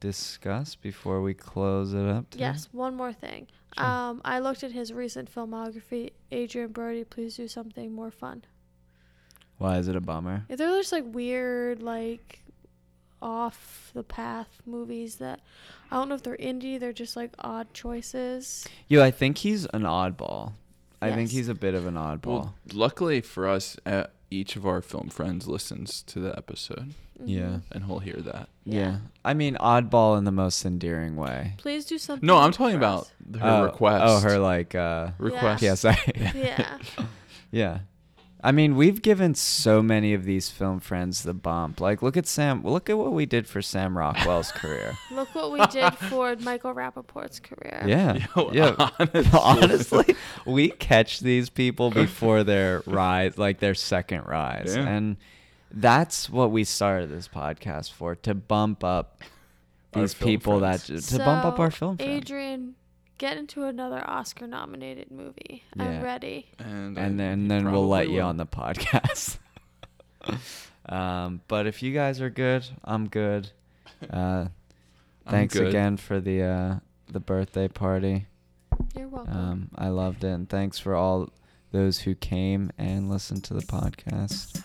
discuss before we close it up? today? Yes, one more thing. Sure. Um, I looked at his recent filmography. Adrian Brody, please do something more fun. Why is it a bummer? Yeah, They're just like weird, like off the path movies that I don't know if they're indie. They're just like odd choices. Yo, I think he's an oddball. I think Yes. he's a bit of an oddball. Well, luckily for us, uh, each of our film friends listens to the episode, Mm-hmm. yeah. and he'll hear that. yeah. Yeah. I mean, oddball in the most endearing way. Please do something. No, I'm talking for about us. her Oh, request. Oh, her like, uh, request. yeah, sorry. Yeah. Yeah. I mean, we've given so many of these film friends the bump. Like, look at Sam. Look at what we did for Sam Rockwell's career. Look what we did for Michael Rappaport's career. Yeah. Yo, yeah. honestly. Honestly, we catch these people before their rise, like their second rise. Yeah. And that's what we started this podcast for to bump up Our these film people friends. that to bump up So, our film friends. Adrian, get into another Oscar nominated movie. Yeah. I'm ready. And, and I then, then we'll let probably you will. on the podcast. um, but if you guys are good, I'm good. Uh, I'm thanks good. again for the uh, the birthday party. You're welcome. Um, I loved it, and thanks for all those who came and listened to the podcast.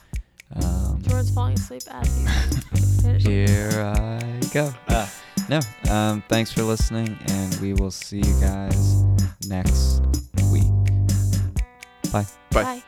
Um, Jordan's falling asleep as he's finishing. here I go. Uh, no, um, thanks for listening, and we will see you guys next week. Bye. Bye. Bye.